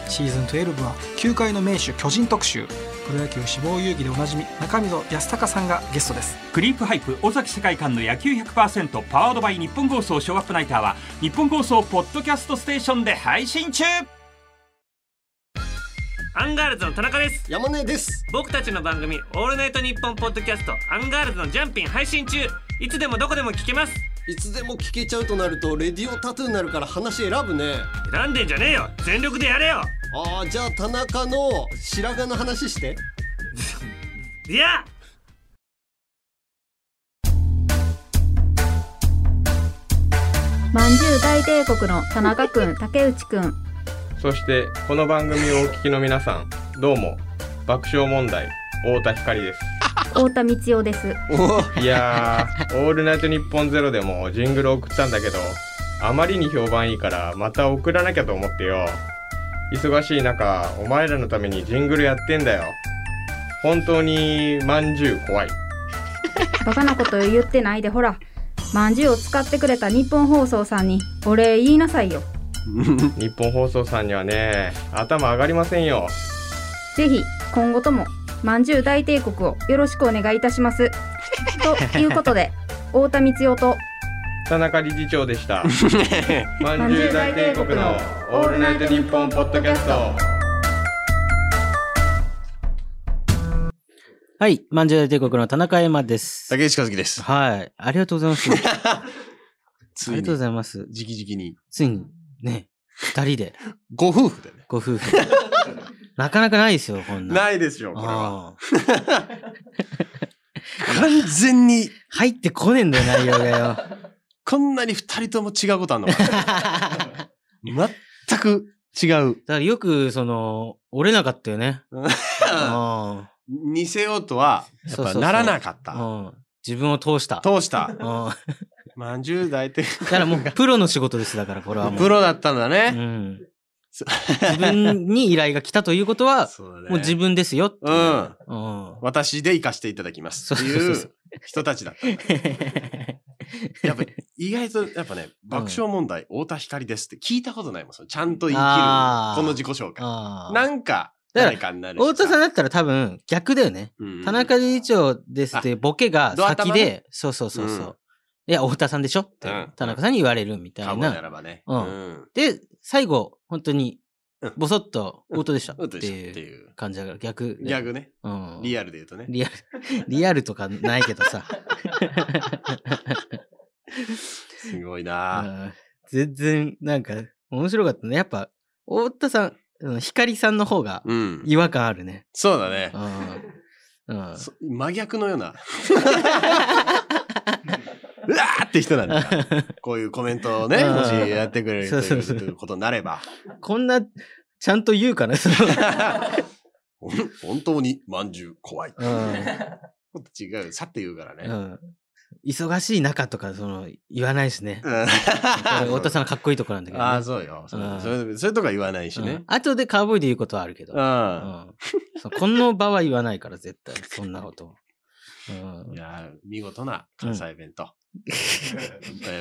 Speaker 8: シーズン12は球界の名手巨人特集プロ野球志望遊戯でおなじみ中溝康隆さんがゲストです
Speaker 9: クリープハイプ尾崎世界観の野球100%パワードバイ日本放送ショーアップナイターは日本放送ポッドキャストステーションで配信中アンガールズの田中です
Speaker 4: 山根です
Speaker 9: 僕たちの番組「オールナイトニッポン」ポッドキャスト「アンガールズのジャンピン」配信中いつでもどこでも聞けます
Speaker 4: いつでも聞けちゃうとなるとレディオタトゥーになるから話選ぶね
Speaker 9: 選んでんじゃねえよ全力でやれよ
Speaker 4: ああじゃあ田中の白髪の話して
Speaker 9: いや
Speaker 10: まんじゅう大帝国の田中くん、竹内くん。
Speaker 7: そしてこの番組をお聞きの皆さんどうも爆笑問題太田光です
Speaker 10: 太田光代です。
Speaker 7: いやー「オールナイトニッポンゼロでもジングル送ったんだけどあまりに評判いいからまた送らなきゃと思ってよ忙しい中お前らのためにジングルやってんだよ本当にまんじゅう怖い
Speaker 10: バカなこと言ってないで、ほら。まんじゅうを使ってくれた日本放送さんにお礼言いなさいよ。
Speaker 7: 日本放送さんにはね頭上がりませんよ
Speaker 10: ぜひ、今後とも、まんじゅう大帝国をよろしくお願いいたします。ということで、 *laughs* 太田光代と、
Speaker 7: 田中理事長でしたまんじゅう大帝国の「オールナイトニッポン」ポッドキャスト
Speaker 1: はいまんじゅう大帝国の田中絵馬です
Speaker 2: 竹内和樹です。
Speaker 1: はいありがとうござい
Speaker 2: *laughs*
Speaker 1: ますあ
Speaker 2: つ
Speaker 1: り
Speaker 2: い
Speaker 1: がとうご
Speaker 2: に、
Speaker 1: ざいます
Speaker 2: じきじきに。
Speaker 1: ついにね二人で
Speaker 2: ご夫婦でね。
Speaker 1: ご夫婦 *laughs* なかなかないですよこんな
Speaker 2: ないですよ、これ
Speaker 1: あ
Speaker 2: は。
Speaker 1: ー
Speaker 2: 完全に、
Speaker 1: 入ってこねえんだよ内容がよ
Speaker 2: こんなに二人とも違うことあん
Speaker 4: *laughs*
Speaker 2: のかな全く違う。
Speaker 1: だからよく、その、折れなかったよね。
Speaker 2: うん
Speaker 1: うん
Speaker 2: 似せようとは、やっ
Speaker 1: そうそう
Speaker 2: ぱ
Speaker 1: そう
Speaker 2: ならなかった。
Speaker 1: うん自分を通した。
Speaker 2: 通した。
Speaker 1: うん
Speaker 2: まんじゅう大帝
Speaker 1: だからもう、プロの仕事です。だから、これはもう。
Speaker 2: *laughs* プロだったんだ
Speaker 1: う
Speaker 2: ね。
Speaker 1: ん
Speaker 2: そ
Speaker 1: 自分に依頼が来たということは、
Speaker 2: そうだね
Speaker 1: もう自分ですよっていう。
Speaker 2: うん
Speaker 1: う
Speaker 2: *laughs*
Speaker 1: ん
Speaker 2: 私で生かしていただきますって
Speaker 1: そう
Speaker 2: い
Speaker 1: そうそう
Speaker 2: 人たちだった。
Speaker 1: *laughs*
Speaker 2: やっぱ意外とやっぱね、爆笑問題、太田光ですって聞いたことないもん。そのちゃんと言い切る、
Speaker 1: あー
Speaker 2: この自己紹介。
Speaker 1: あ
Speaker 2: な
Speaker 1: ー
Speaker 2: んか、
Speaker 1: だから
Speaker 2: 誰かになる
Speaker 1: 太田さん
Speaker 2: ん、
Speaker 1: だったら多分逆だよね。
Speaker 2: うん
Speaker 1: 田中理事長ですっていうボケが
Speaker 2: ドア
Speaker 1: 先
Speaker 2: 頭
Speaker 1: で
Speaker 2: ね、
Speaker 1: そうそうそうそうう。いや、太田さんでしょって
Speaker 2: うん
Speaker 1: 田中さんに言われるみた
Speaker 2: か
Speaker 1: い
Speaker 2: も
Speaker 1: な
Speaker 2: な。らばね。
Speaker 1: う
Speaker 2: うんん。
Speaker 1: で、最後、本当に
Speaker 2: うん、
Speaker 1: ボソッと、音でした
Speaker 2: う
Speaker 1: っ
Speaker 2: んど
Speaker 1: て
Speaker 2: うでしたって
Speaker 1: いう
Speaker 2: いう。
Speaker 1: 感じだから、逆。
Speaker 2: ギャグね。
Speaker 1: うん。
Speaker 2: リアルで言うとね。
Speaker 1: リ
Speaker 2: *laughs*
Speaker 1: アル。リアルとかないけどさ。
Speaker 2: すごいうなぁ
Speaker 1: ん全然、なんか、面白かったね。やっぱ、太田さん、うん光さんの方が
Speaker 2: うん。
Speaker 1: 違和感あるね。
Speaker 2: そうだね
Speaker 1: う。ん。うん。
Speaker 2: そ真逆のよ
Speaker 1: *laughs*
Speaker 2: うな。うわーって人なん
Speaker 1: *laughs*
Speaker 2: だよ。こういうコメントをね、
Speaker 1: うん
Speaker 2: もしやってくれると
Speaker 1: そうそうそう
Speaker 2: いうことになれば、
Speaker 1: こんな、ちゃんと言うかな、そ
Speaker 2: *laughs*
Speaker 1: の。
Speaker 2: ほん本当にまんじゅう怖い。ち
Speaker 1: うん
Speaker 2: ょっと違う。さって言うから
Speaker 1: う
Speaker 2: ね。
Speaker 1: ん。忙しい中とか、その、言わないですね。こ
Speaker 2: うん
Speaker 1: れ太田さんのかっこいいとこなんだけどね。
Speaker 2: ああ、そうよ。そう
Speaker 1: うん
Speaker 2: それそういうとこは言わないし
Speaker 1: う
Speaker 2: ね
Speaker 1: ん。後でカウボーイで言うことはあるけど。
Speaker 2: うん。
Speaker 1: そうこの場は言わないから、絶対。そんなこと。うん
Speaker 2: いやー、見事な関西弁と、え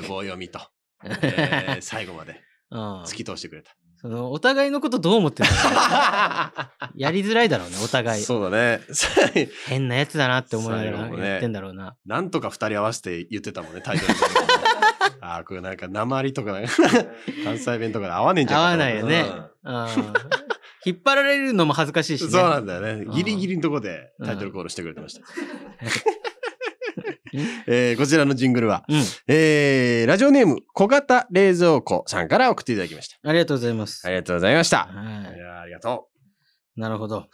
Speaker 2: ー棒
Speaker 1: *laughs*
Speaker 2: 読みと、えー最後まで
Speaker 1: うん
Speaker 2: 突き通してくれた。
Speaker 1: その、お互いのことどう思ってるのかやりづらいだろうね、お互い。
Speaker 2: そうだね。 *laughs*
Speaker 1: 変なやつだなって思いなが
Speaker 2: 最
Speaker 1: ら
Speaker 2: 後もね
Speaker 1: やってんだろうな。
Speaker 2: なんとか二人合わせて言ってたもんね、タイトルで。
Speaker 1: *laughs*
Speaker 2: ああ、これなんか鉛とかなんか *laughs* 関西弁とかで合わねえんじゃ
Speaker 1: 合
Speaker 2: ん。
Speaker 1: わないよね
Speaker 2: うん。
Speaker 1: うん *laughs* 引っ張られるのも恥ずかしいしね。
Speaker 2: そうなんだよね
Speaker 1: う。ん
Speaker 2: ギリギリのとこでタイトルコールしてくれてま *laughs* した。えーこちらのジングルは、えーラジオネーム小型冷蔵庫さんから送っていただきました。
Speaker 1: ありがとうございます。
Speaker 2: ありがとうございました。
Speaker 1: はい
Speaker 2: いやーありがと
Speaker 1: い。なるほ
Speaker 2: *laughs*
Speaker 1: ど。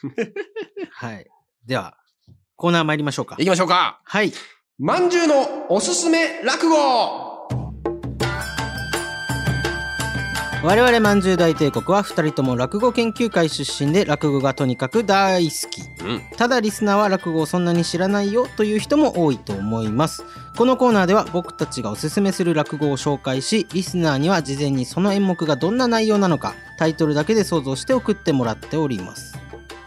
Speaker 1: はい。では、コーナー参りましょうか
Speaker 2: う。。行きましょうか。
Speaker 1: はい。
Speaker 2: まんじゅうのおすすめ落語
Speaker 1: 我々まんじゅう大帝国は2人とも落語研究会出身で落語がとにかく大好き
Speaker 2: うん。
Speaker 1: ただリスナーは落語をそんなに知らないよという人も多いと思いますこのコーナーでは僕たちがおすすめする落語を紹介しリスナーには事前にその演目がどんな内容なのかタイトルだけで想像して送ってもらっております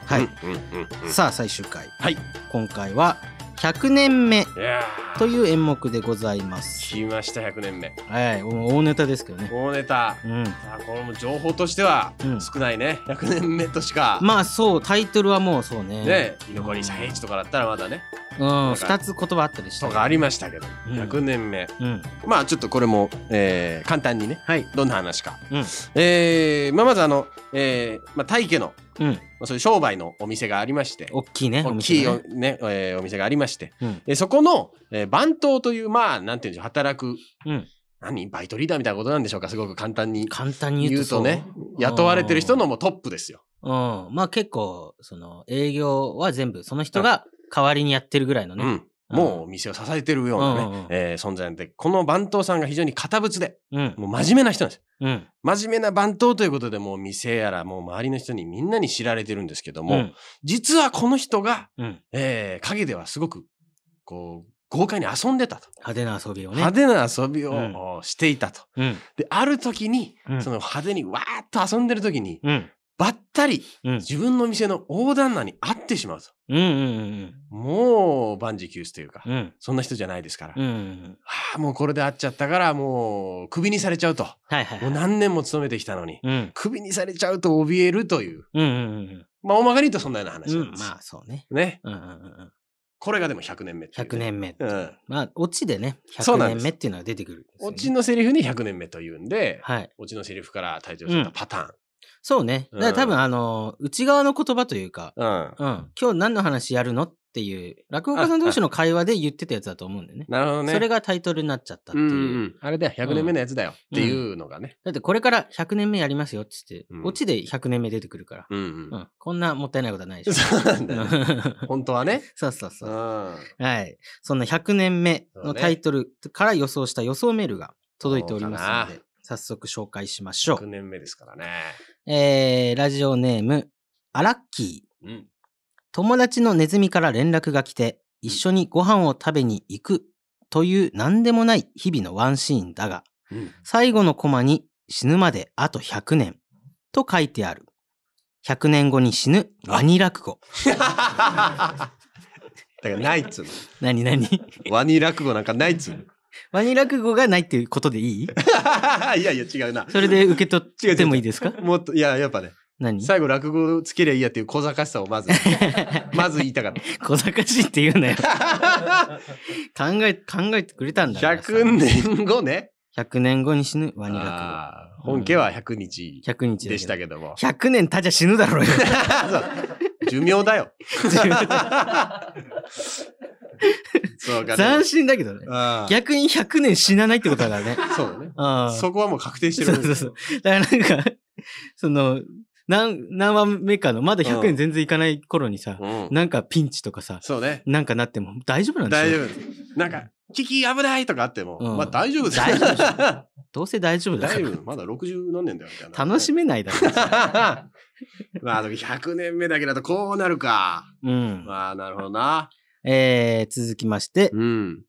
Speaker 1: はい、
Speaker 2: うんうんうんうん
Speaker 1: さあ最終回、
Speaker 2: はい、
Speaker 1: 今回は「100年目
Speaker 2: いや」
Speaker 1: という演目でございます
Speaker 2: ー来ました、100年目。
Speaker 1: はいお大ネタですけどね
Speaker 2: 大ネタ。
Speaker 1: うん
Speaker 2: さあ、これも情報としては
Speaker 1: うん
Speaker 2: 少ないね。100年目としか。
Speaker 1: まあそうタイトルはもうそうね
Speaker 2: ね、居残り者平地とかだったらまだね、
Speaker 1: うん、
Speaker 2: なんか
Speaker 1: 2つ言葉あったりした
Speaker 2: と
Speaker 1: ね
Speaker 2: かありましたけど、
Speaker 1: うん
Speaker 2: 100年目。
Speaker 1: うん
Speaker 2: まあちょっとこれも、えー簡単にね、
Speaker 1: はい
Speaker 2: どんな話か。
Speaker 1: うん
Speaker 2: えーまあ、まずあの、えーまあ、大家の、
Speaker 1: うん
Speaker 2: まあ、そういう商売のお店がありまして、
Speaker 1: 大きいね
Speaker 2: 大きい
Speaker 1: お
Speaker 2: お,、
Speaker 1: 店ね
Speaker 2: ねえーお店がありまして、
Speaker 1: うん
Speaker 2: でそこの、えー番頭という、まあ、なんていうんでしょう、働く、
Speaker 1: うん
Speaker 2: 何、バイトリーダーみたいなことなんでしょうか、すごく簡単に
Speaker 1: 簡単に
Speaker 2: 言
Speaker 1: 言う
Speaker 2: う
Speaker 1: とそ
Speaker 2: と
Speaker 1: う
Speaker 2: ね、雇われてる人のもうトップですよ。
Speaker 1: うんまあ結構その営業は全部その人が代わりにやってるぐらいの
Speaker 2: う
Speaker 1: ね
Speaker 2: ん。もうお店を支えてるようなね、
Speaker 1: うんうんうん
Speaker 2: えー存在で、この番頭さんが非常に堅物で、
Speaker 1: うん
Speaker 2: もう真面目な人なんです。
Speaker 1: うん
Speaker 2: 真面目な番頭ということでもう店やらもう周りの人にみんなに知られてるんですけども、
Speaker 1: うん
Speaker 2: 実はこの人が、
Speaker 1: うん
Speaker 2: えー陰ではすごくこう豪快に遊んでたと、
Speaker 1: 派手な遊びをね
Speaker 2: 派手な遊びを、
Speaker 1: うん
Speaker 2: おしていたと
Speaker 1: うん
Speaker 2: である時に、
Speaker 1: うん
Speaker 2: その派手にわーっと遊んでる時に
Speaker 1: うん
Speaker 2: ばったり
Speaker 1: うん
Speaker 2: 自分の店の大旦那に会ってしまうと
Speaker 1: うんうん
Speaker 2: もう万事休すというか、
Speaker 1: うんうん
Speaker 2: そんな人じゃないですから、
Speaker 1: うんうん
Speaker 2: ああもうこれで会っちゃったからもうクビにされちゃうと
Speaker 1: はいはいは
Speaker 2: もう
Speaker 1: い
Speaker 2: 何年も勤めてきたのに
Speaker 1: うん
Speaker 2: クビにされちゃうと怯えるという
Speaker 1: うんうん
Speaker 2: まあ、おまかに言うとそんなような
Speaker 1: うんう
Speaker 2: 話なん
Speaker 1: ん
Speaker 2: です。
Speaker 1: まあそうね
Speaker 2: ね。
Speaker 1: うんうんうんうん
Speaker 2: これがでも100年目っていう
Speaker 1: 100
Speaker 2: ね。
Speaker 1: 年目って
Speaker 2: うん。
Speaker 1: まあオチでね
Speaker 2: そう
Speaker 1: 100
Speaker 2: なんで
Speaker 1: 年
Speaker 2: す
Speaker 1: 目っていうのが出てくるんですよね
Speaker 2: オチのセリフに100年目というんで、
Speaker 1: はい
Speaker 2: オチのセリフからタイトルされたパタ
Speaker 1: そうねだから多分あの内側の言葉というか
Speaker 2: ーン。うん。
Speaker 1: うん、今日何の話やるのっていう落語家さん同士の会話で言ってたやつだと思うんだよね。
Speaker 2: なるほどね。
Speaker 1: それがタイトルになっちゃったって
Speaker 2: う
Speaker 1: い
Speaker 2: ん
Speaker 1: う。
Speaker 2: うん。あれだよ、100年目のやつだよっていうのがね。
Speaker 1: だってこれから100年目やりますよって言って、
Speaker 2: うん
Speaker 1: オチで100年目出てくるから、
Speaker 2: うん
Speaker 1: う
Speaker 2: うんん。
Speaker 1: こんなもったいないことはないでしょ。
Speaker 2: *laughs* そうなんだよね。本当はね。
Speaker 1: そうそう
Speaker 2: う
Speaker 1: そ
Speaker 2: ん。
Speaker 1: う。
Speaker 2: は
Speaker 1: *laughs* はい。そんな100年目のタイトルから予想した予想メールが届いておりますの
Speaker 2: そう
Speaker 1: で、早速紹介しましょ
Speaker 2: 100
Speaker 1: う。
Speaker 2: 年目ですからね。
Speaker 1: えー、ラジオネーム、アラッキー。
Speaker 2: うん。
Speaker 1: 友達のネズミから連絡が来て、一緒にご飯を食べに行くという何でもない日々のワンシーンだが、
Speaker 2: うん
Speaker 1: 最後のコマに死ぬまであと100年と書いてある。100年後に死ぬワニ落語。
Speaker 2: だからないっつうの。
Speaker 1: なにな
Speaker 2: *laughs*
Speaker 1: に
Speaker 2: ワニ落語なんかないっつうの。
Speaker 1: ワニ落語がないっていうことでいい
Speaker 2: *laughs* いやいや違うな。
Speaker 1: それで受け取ってもいいです
Speaker 2: *laughs*
Speaker 1: か
Speaker 2: もっと、いや、やっぱね、
Speaker 1: 何
Speaker 2: 最後落語つけりゃいいやっていう小賢しさを *laughs* まず、まず言いたかった。 *laughs*
Speaker 1: 小賢しいって言うなよ。考え、考えてくれたんだからさ
Speaker 2: 100年後ね。
Speaker 1: 100年後に死ぬワニ落
Speaker 2: あー本家は100日
Speaker 1: 語。100日だ
Speaker 2: でしたけども。
Speaker 1: 100年経っちゃ死ぬだ
Speaker 2: *laughs*
Speaker 1: ろうよ。
Speaker 2: そう寿
Speaker 1: *laughs*
Speaker 2: 命だよ。そうかね。
Speaker 1: 斬新だけどね。
Speaker 2: あー
Speaker 1: 逆に100年死なないってことだ
Speaker 2: *laughs*
Speaker 1: からね。
Speaker 2: そうだね。
Speaker 1: ああ。
Speaker 2: そこはもう確定して
Speaker 1: そう
Speaker 2: る。
Speaker 1: そうそう。だからなんか、 *laughs* その、何、何話目かの、まだ100
Speaker 2: うん
Speaker 1: 円全然いかない頃にさ、
Speaker 2: うん
Speaker 1: なんかピンチとかさ、
Speaker 2: そうね。
Speaker 1: なんかなっても大丈夫なんです
Speaker 2: 大
Speaker 1: よ。
Speaker 2: 丈夫です。なんか、危機危ないとかあっても、
Speaker 1: うん
Speaker 2: まあ大丈夫です。
Speaker 1: 大丈夫でし
Speaker 2: *laughs* 大
Speaker 1: どうせ大丈夫だか
Speaker 2: 丈
Speaker 1: ら。
Speaker 2: 夫。まだ60何年だよ、みたいな。
Speaker 1: 楽し
Speaker 2: *laughs*
Speaker 1: めないだろう。
Speaker 2: まあ、でも100年目だけだとこうなるか。
Speaker 1: うん。
Speaker 2: まあ、なるほどな。
Speaker 1: えー続きまして、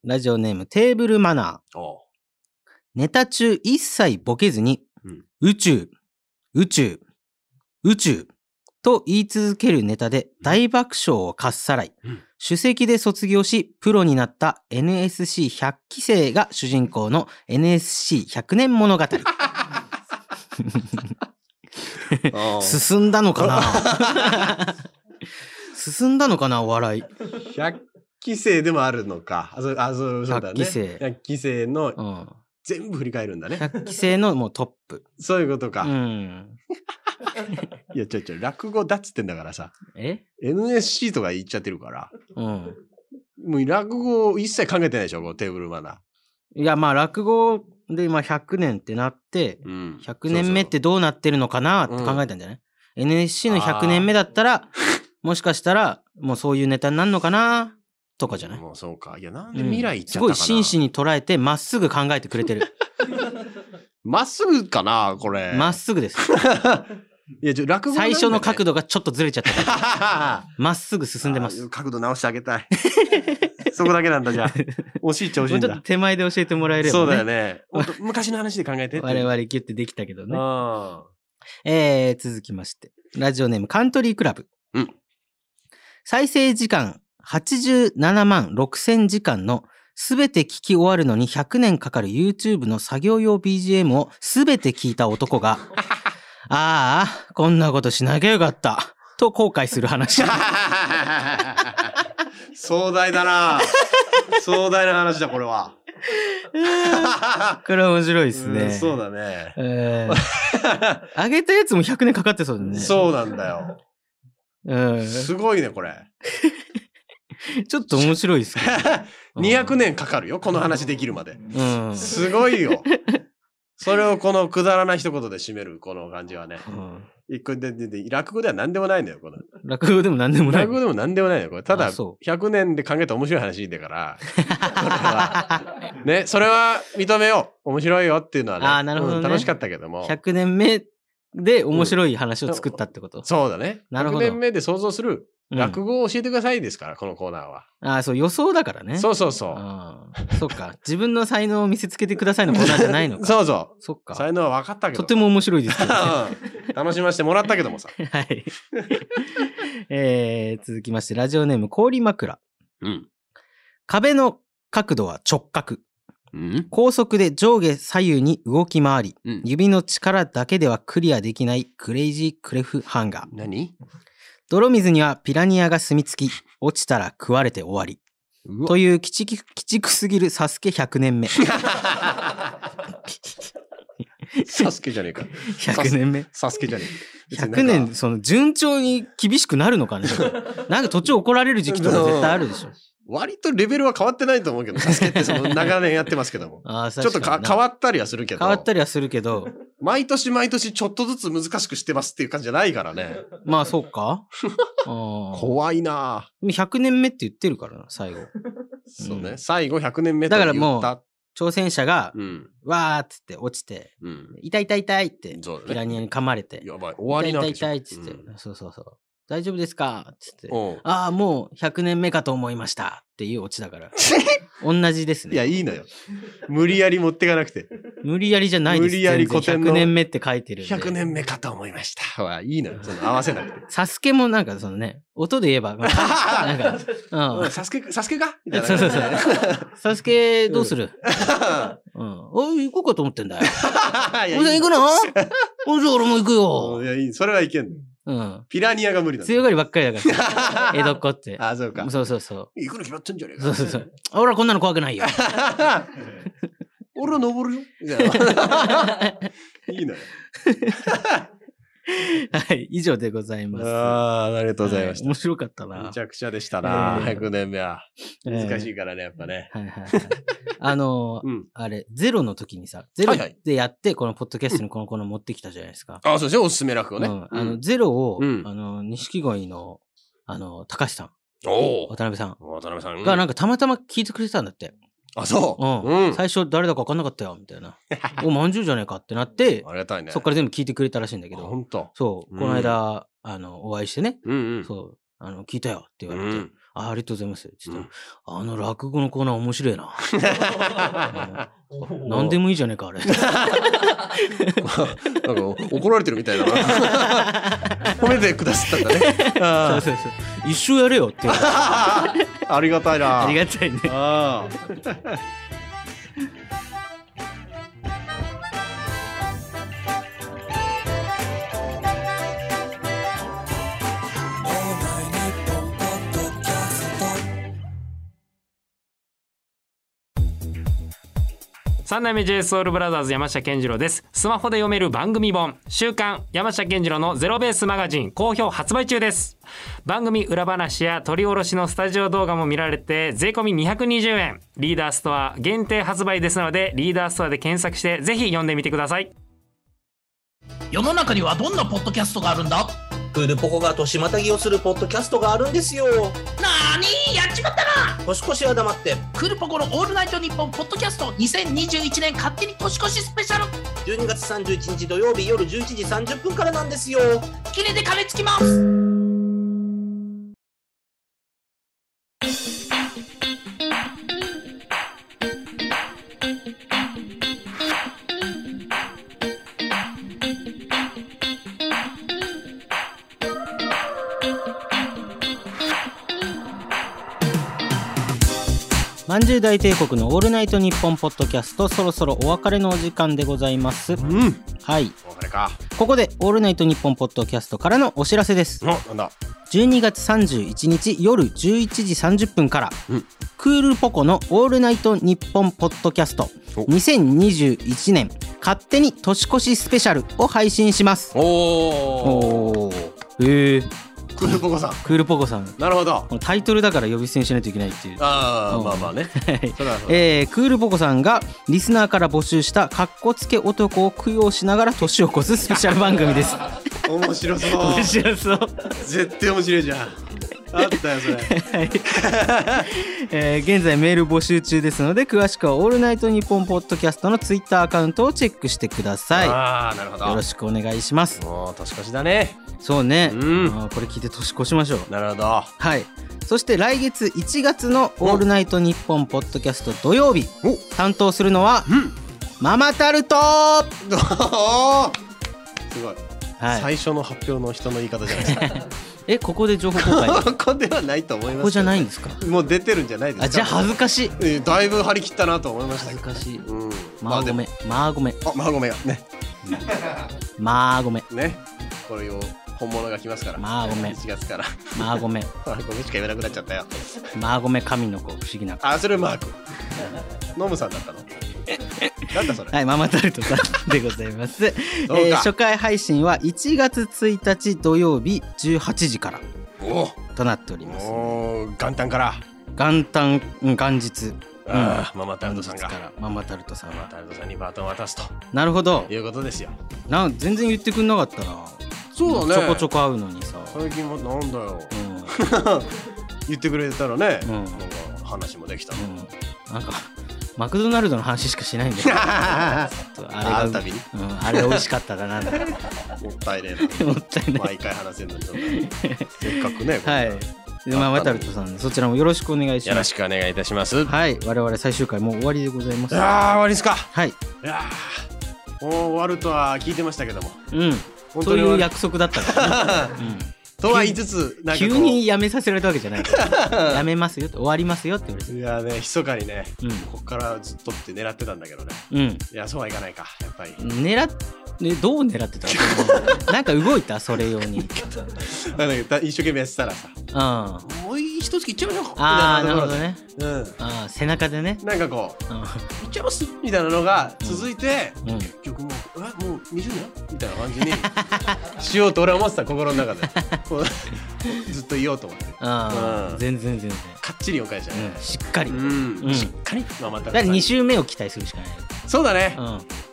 Speaker 1: ラジオネームテーブルマナー。ネタ中一切ボケずに、宇宙、宇宙、宇宙と言い続けるネタで大爆笑をかっさらい、首席で卒業し、プロになった NSC100 期生が主人公の NSC100 年物語。 *laughs* 進んだのかな進んだのかなお笑い。
Speaker 2: 100期生でもあるのか。あ、そう、あ、そう、そうだね。
Speaker 1: 100期生
Speaker 2: 100期生の、全部振り返るんだね。
Speaker 1: 100期生のもうトップ。
Speaker 2: そういうことか。
Speaker 1: うん。
Speaker 2: いや、ちょいちょい、落語だっつってんだからさ。
Speaker 1: え
Speaker 2: ?NSC とか言っちゃってるから。
Speaker 1: うん。
Speaker 2: もう落語を一切考えてないでしょ、このテーブルマナー。
Speaker 1: いや、まあ、落語で今100年ってなって、100年目ってどうなってるのかなって考えたんじゃない、?NSC の100年目だったら、もしかしたら、もうそういうネタになるのかなとかじゃない
Speaker 2: もうそうか。いや、なんで未来行っち
Speaker 1: す
Speaker 2: ゃっ
Speaker 1: ご
Speaker 2: たかな、
Speaker 1: い真摯に捉えて、まっすぐ考えてくれてる。 *laughs*
Speaker 2: まっすぐかな、これ。
Speaker 1: まっすぐ *laughs* です。
Speaker 2: いや、ちょ、落語なんだ
Speaker 1: 最
Speaker 2: ね
Speaker 1: 初の
Speaker 2: *laughs*
Speaker 1: 角度がちょっとずれちゃったから。まっすぐ進んでます。
Speaker 2: 角度直してあげたい。 *laughs* そこだけなんだ、
Speaker 1: *laughs*
Speaker 2: じゃあ。惜しいっちゃ惜し
Speaker 1: もう
Speaker 2: い
Speaker 1: んちょっ
Speaker 2: だ
Speaker 1: と。手前で教えてもらえれば、ね。
Speaker 2: そうだよね。ほんと昔の話で考えてって。
Speaker 1: *laughs* 我々ギュッてできたけどね。
Speaker 2: うん。
Speaker 1: えー、続きまして。ラジオネームカントリークラブ。再生時間87万6000時間のすべて聞き終わるのに100年かかる YouTube の作業用 BGM をすべて聞いた男
Speaker 2: *laughs*
Speaker 1: が、ああ、こんなことしなきゃよかった。と後悔する
Speaker 2: *laughs*
Speaker 1: 話。
Speaker 2: 壮大だな壮大な話だ、これは。
Speaker 1: これ面白いです
Speaker 2: うん
Speaker 1: ね。
Speaker 2: そうだね。
Speaker 1: え
Speaker 2: *laughs*
Speaker 1: ー上げたやつも100年かかってそうだね。
Speaker 2: そうなんだよ。
Speaker 1: うん。
Speaker 2: すごいね、これ。
Speaker 1: ちょっと面白いですけ
Speaker 2: *laughs* 200年かかるよ、この話できるまで。
Speaker 1: ど。うん。
Speaker 2: すごいよ。それをこのくだらない一言で締める、この感じはね。一個ででで落語では何でもないのよ、この。
Speaker 1: 落語でも何でもない
Speaker 2: 落。語でも何でもないのよ、これ。ただ、
Speaker 1: あそ
Speaker 2: 100年で考えた面白い話
Speaker 1: *laughs*
Speaker 2: だから。これはね、それは認めよう。面白いよっていうのはね。
Speaker 1: あーなるほどね
Speaker 2: うん楽しかったけども。
Speaker 1: 100年目で面白い話を作ったってこと、
Speaker 2: そうだね。
Speaker 1: なるほど
Speaker 2: 100年目で想像する
Speaker 1: うん
Speaker 2: 落語を教えてくださいですから、このコーナーは。
Speaker 1: ああ、そう、予想だからね。
Speaker 2: そうそうそう。
Speaker 1: ああそうか。自分の才能を見せつけてくださいのコーナーじゃないのか。
Speaker 2: そうそう。
Speaker 1: そっか
Speaker 2: 才能は分かったけど。
Speaker 1: とても面白いですけどね
Speaker 2: *laughs* うん楽しませてもらったけどもさ。
Speaker 1: *laughs* はい。えー、続きまして、ラジオネーム、氷枕。
Speaker 2: *laughs* うん。
Speaker 1: 壁の角度は直角。高速で上下左右に動き回り、指の力だけではクリアできないクレイジークレフハンガー。
Speaker 2: 何
Speaker 1: 泥水にはピラニアが住み着き、落ちたら食われて終わり。という鬼畜鬼畜すぎるサスケ100年目。
Speaker 2: サスケじゃねえか。
Speaker 1: 100年目。
Speaker 2: サスケじゃねえか。
Speaker 1: 100年、その順調に厳しくなるのか
Speaker 2: *laughs*
Speaker 1: ねなんか途中怒られる時期とか絶対あるでしょ。。
Speaker 2: 割とレベルは変わってないと思うけど、サスケってその長年やってますけども
Speaker 1: ああ、
Speaker 2: ちょっとか変わ
Speaker 1: っ
Speaker 2: ったりはするけど。
Speaker 1: 変わったりはするけど、
Speaker 2: 毎年毎年ちょっとずつ難しくしてますっていう感じじゃないからね。
Speaker 1: まあそう
Speaker 2: *laughs*
Speaker 1: か。怖
Speaker 2: 怖いな
Speaker 1: い。
Speaker 2: ぁ
Speaker 1: 100年目って言ってるからな、最後。
Speaker 2: そうね。最後100年目と
Speaker 1: だか
Speaker 2: 言った
Speaker 1: らもう、挑戦者が、わーっつって落ちて、
Speaker 2: うん
Speaker 1: 痛い痛い痛いって、
Speaker 2: そうだね
Speaker 1: ピラニアに噛まれて、
Speaker 2: やばい。終わりなわけでしょ
Speaker 1: 痛い痛い痛いっつって、そうそうそう。大丈夫ですかっつって
Speaker 2: うん、
Speaker 1: ああ、もう100年目かと思いましたっていうオチだ
Speaker 2: *laughs*
Speaker 1: から。同じですね。
Speaker 2: *laughs* いや、いいのよ。無理やり持ってかなくて。
Speaker 1: 無理やりじゃないです
Speaker 2: 無理やり古典の
Speaker 1: 100年目って書いてるんで。
Speaker 2: 100年目かと思いました。はいいのよ。その合わせなくて。
Speaker 1: サスケもなんかそのね、音で言えば、ま
Speaker 2: *laughs*
Speaker 1: あなんか、
Speaker 2: う
Speaker 1: うん
Speaker 2: んサスケ、サスケかみたいな。
Speaker 1: そうそうそう。サスケどうする、うん、おい、行こうかと思ってんだよ。
Speaker 2: *laughs* いや
Speaker 1: おじさん行く
Speaker 2: *laughs*
Speaker 1: のおじさん俺も行く
Speaker 2: う
Speaker 1: よ。
Speaker 2: んいや、いい。それはいけんの。
Speaker 1: うん。
Speaker 2: ピラニアが無理なの。
Speaker 1: 強がりばっかりだ
Speaker 2: *laughs*
Speaker 1: から。江戸っ子って。
Speaker 2: あ、そうか。
Speaker 1: そうそうそう。
Speaker 2: 行くの決まってんじゃねえ
Speaker 1: そう
Speaker 2: か。
Speaker 1: そうそう。俺はこんなの怖く
Speaker 2: *laughs*
Speaker 1: ないよ。
Speaker 2: 俺は登るよ。み *laughs* たいないいのよ。
Speaker 1: はい、以上でございます。
Speaker 2: ああ、ありがとうございま
Speaker 1: は
Speaker 2: し
Speaker 1: 面白かった
Speaker 2: た。
Speaker 1: な
Speaker 2: めち。ゃくちゃでしたな。
Speaker 1: ええ
Speaker 2: 100年目は。
Speaker 1: ええ
Speaker 2: 難しいからね、やっぱね。
Speaker 1: はいはいはい。あのー
Speaker 2: うん
Speaker 1: あれ、ゼロの時にさ、ゼロ
Speaker 2: はいはい
Speaker 1: でやって、このポッドキャストにこのコーナー持ってきたじゃないですか。
Speaker 2: あ、そうですね。おすすめ落語ね。
Speaker 1: うんあの、ゼロを、
Speaker 2: うん
Speaker 1: あの、錦鯉の、あの、高橋さん、
Speaker 2: おお
Speaker 1: 渡辺さん
Speaker 2: 渡辺さん。
Speaker 1: がなんかたまたま聞いてくれてたんだって。
Speaker 2: あ、そう
Speaker 1: うん。
Speaker 2: うん。
Speaker 1: 最初誰だか分かんなかったよ、みたい
Speaker 2: *laughs*
Speaker 1: な。お、まんじゅうじゃねえかってなって、
Speaker 2: ありがたいね。
Speaker 1: そっから全部聞いてくれたらしいんだけど、
Speaker 2: 本当。
Speaker 1: そう、この間、あの、お会いしてね、
Speaker 2: うんうん。
Speaker 1: そう、あの、聞いたよって言われて、
Speaker 2: うん
Speaker 1: あありがとうございます。ちょっと、あの落語のコーナー面白
Speaker 2: *laughs*
Speaker 1: いな。何でもいいじゃねえか、あれ。
Speaker 2: なんか怒られてるみたいだ *laughs* な。褒めてくださったんだね。あ
Speaker 1: そうそうそう。一生やれよって。
Speaker 2: *laughs* ありがたいな。
Speaker 1: ありがたいね。
Speaker 2: あ
Speaker 11: 三代目 JSOULBROTHERS 山下健二郎ですスマホで読める番組本「週刊山下健二郎のゼロベースマガジン」好評発売中です番組裏話や撮り下ろしのスタジオ動画も見られて税込み220円リーダーストア限定発売ですのでリーダーストアで検索してぜひ読んでみてください
Speaker 12: 世の中にはどんなポッドキャストがあるんだ
Speaker 13: クールポコが年またぎをするポッドキャストがあるんですよ
Speaker 12: なーにやっちまったな
Speaker 13: 年越しは黙って
Speaker 12: クールポコのオールナイトニッポンポッドキャスト2021年勝手に年越しスペシャル
Speaker 13: 12月31日土曜日夜11時30分からなんですよ
Speaker 12: キレで噛みつきます
Speaker 1: まんじゅう大帝国のオールナイトニッポンポッドキャストそろそろお別れのお時間でございます、はい
Speaker 2: あ、お別れか。
Speaker 1: ここでオールナイトニッポンポッドキャストからのお知らせです
Speaker 2: なんだ
Speaker 1: 12月31日夜11時30分から、クールポコのオールナイトニッポンポッドキャスト2021年勝手に年越しスペシャルを配信します
Speaker 2: おお
Speaker 1: へえ
Speaker 2: クールポコさん。
Speaker 1: クールポコさん
Speaker 2: なるほど。
Speaker 1: タイトルだから呼び捨てにしないといけないっていう
Speaker 2: ああ、
Speaker 1: うん
Speaker 2: まあまあね。それはそうだ
Speaker 1: えークールポコさんがリスナーから募集したかっこつけ男を供養しながら年を越すスペシャル番組
Speaker 2: *laughs*
Speaker 1: です。
Speaker 2: 面白そう。
Speaker 1: 面白そう。
Speaker 2: 絶対面白いじゃん。あったよそれ。
Speaker 1: *laughs* えー現在メール募集中ですので詳しくは「オールナイトニッポン」ポッドキャストのツイッターアカウントをチェックしてください。
Speaker 2: ああ、なるほど。
Speaker 1: よろしくお願いします。
Speaker 2: もう年越しだね。
Speaker 1: そうね。あーこれ聞いて年越しましょう。
Speaker 2: なるほど。は
Speaker 1: はい。そして来月1月の「オールナイトニッポン」ポッドキャスト土曜日担当するのは、ママタルト
Speaker 2: すごい。
Speaker 1: はい
Speaker 2: 最初の発表の人の言い方じゃない
Speaker 1: *laughs*
Speaker 2: ですか。
Speaker 1: えここで情報公
Speaker 2: *laughs*
Speaker 1: 開
Speaker 2: ここではないと思いますけど。
Speaker 1: ここじゃないんですか
Speaker 2: もう出てるんじゃないですか。
Speaker 1: あじゃあ恥ずかしい。
Speaker 2: えーだいぶ張り切ったなと思いましたけど。
Speaker 1: 恥ずかしい。
Speaker 2: うん。
Speaker 1: マーゴメマーゴメ
Speaker 2: あ、マーゴメがね。
Speaker 1: マーゴメ
Speaker 2: ね。これを本物が来ますから。
Speaker 1: マー
Speaker 2: *laughs*
Speaker 1: ゴメ
Speaker 2: 1月から。
Speaker 1: マーゴメ
Speaker 2: マーゴメしか言えなくなっちゃったよ。
Speaker 1: マーゴメ神の子不思議な子
Speaker 2: あ、それマーク。ノムさんだったの。なんだそれ。
Speaker 1: はいママタルトさんでございます、え
Speaker 2: か
Speaker 1: ー初回配信は1月1日土曜日18時から
Speaker 2: お
Speaker 1: となっております
Speaker 2: お。元旦から。
Speaker 1: 元旦うん元日
Speaker 2: あーママタルトさんが
Speaker 1: 元日からママタルトさんは
Speaker 2: タルトさんにバトンを渡すと
Speaker 1: なるほど
Speaker 2: いうことですよ。
Speaker 1: な全然言ってくんなかったな
Speaker 2: そうだね
Speaker 1: ちょこちょこ会うのにさ
Speaker 2: 最近もなんだよ。言ってくれたらね、なんか話もできたの。
Speaker 1: なんかマクドナルドの話しかしないんだけどち
Speaker 2: *laughs*
Speaker 1: ょっとあ
Speaker 2: 会
Speaker 1: れ
Speaker 2: う
Speaker 1: が
Speaker 2: たびに
Speaker 1: うん、あれ美味しかった
Speaker 2: *laughs*
Speaker 1: だなみたいな
Speaker 2: *laughs* もったいねえ
Speaker 1: もったい
Speaker 2: な。毎回話せるのにどうだろう。せっかくね。
Speaker 1: *laughs* はいでまあマタルトさんそちらもよろしくお願いします
Speaker 2: よろしくお願いいたします。い
Speaker 1: はい我々最終回もう終わりでございます
Speaker 2: やー終わりですか。
Speaker 1: はい
Speaker 2: やーもう終わるとは聞いてましたけども。
Speaker 1: うん
Speaker 2: 本
Speaker 1: そ
Speaker 2: 当
Speaker 1: う
Speaker 2: に
Speaker 1: いう約束だった
Speaker 2: *laughs*
Speaker 1: から、ね
Speaker 2: とは言いつつ、
Speaker 1: う
Speaker 2: なん
Speaker 1: ん、
Speaker 2: かこう
Speaker 1: 急にやめさせられたわけじゃないから
Speaker 2: *laughs*
Speaker 1: やめますよって終わりますよって言われて
Speaker 2: いやね、密かにね、
Speaker 1: うん
Speaker 2: ここからずっとって狙ってたんだけどね。
Speaker 1: うん
Speaker 2: いや、そうはいかないか、やっぱり。
Speaker 1: 狙っねどう狙ってた
Speaker 2: *laughs*
Speaker 1: のなんか動いたそれ用にうん
Speaker 2: なんか一生懸命やってたらさ、
Speaker 1: あ
Speaker 2: もう一ついっちゃいましょう。
Speaker 1: あーな
Speaker 2: みたい
Speaker 1: るほ
Speaker 2: とこ
Speaker 1: ど
Speaker 2: ろで
Speaker 1: ね
Speaker 2: うん。
Speaker 1: あー背中でね
Speaker 2: なんかこう、
Speaker 1: うん
Speaker 2: いっちゃいますみたいなのが続いて、
Speaker 1: うん
Speaker 2: 結局もう、え、もう20年みたいな感じに *laughs* しようと俺は思ってた、心の中で。 *laughs* こうずっと言おうと思って。
Speaker 1: あ
Speaker 2: う
Speaker 1: あ
Speaker 2: ん
Speaker 1: 全然全然
Speaker 2: かっちりお返しだね。
Speaker 1: しっかり
Speaker 2: うん
Speaker 1: うん
Speaker 2: しっかり。まあ、また
Speaker 1: だから2週目を期待するしかない
Speaker 2: そうだね。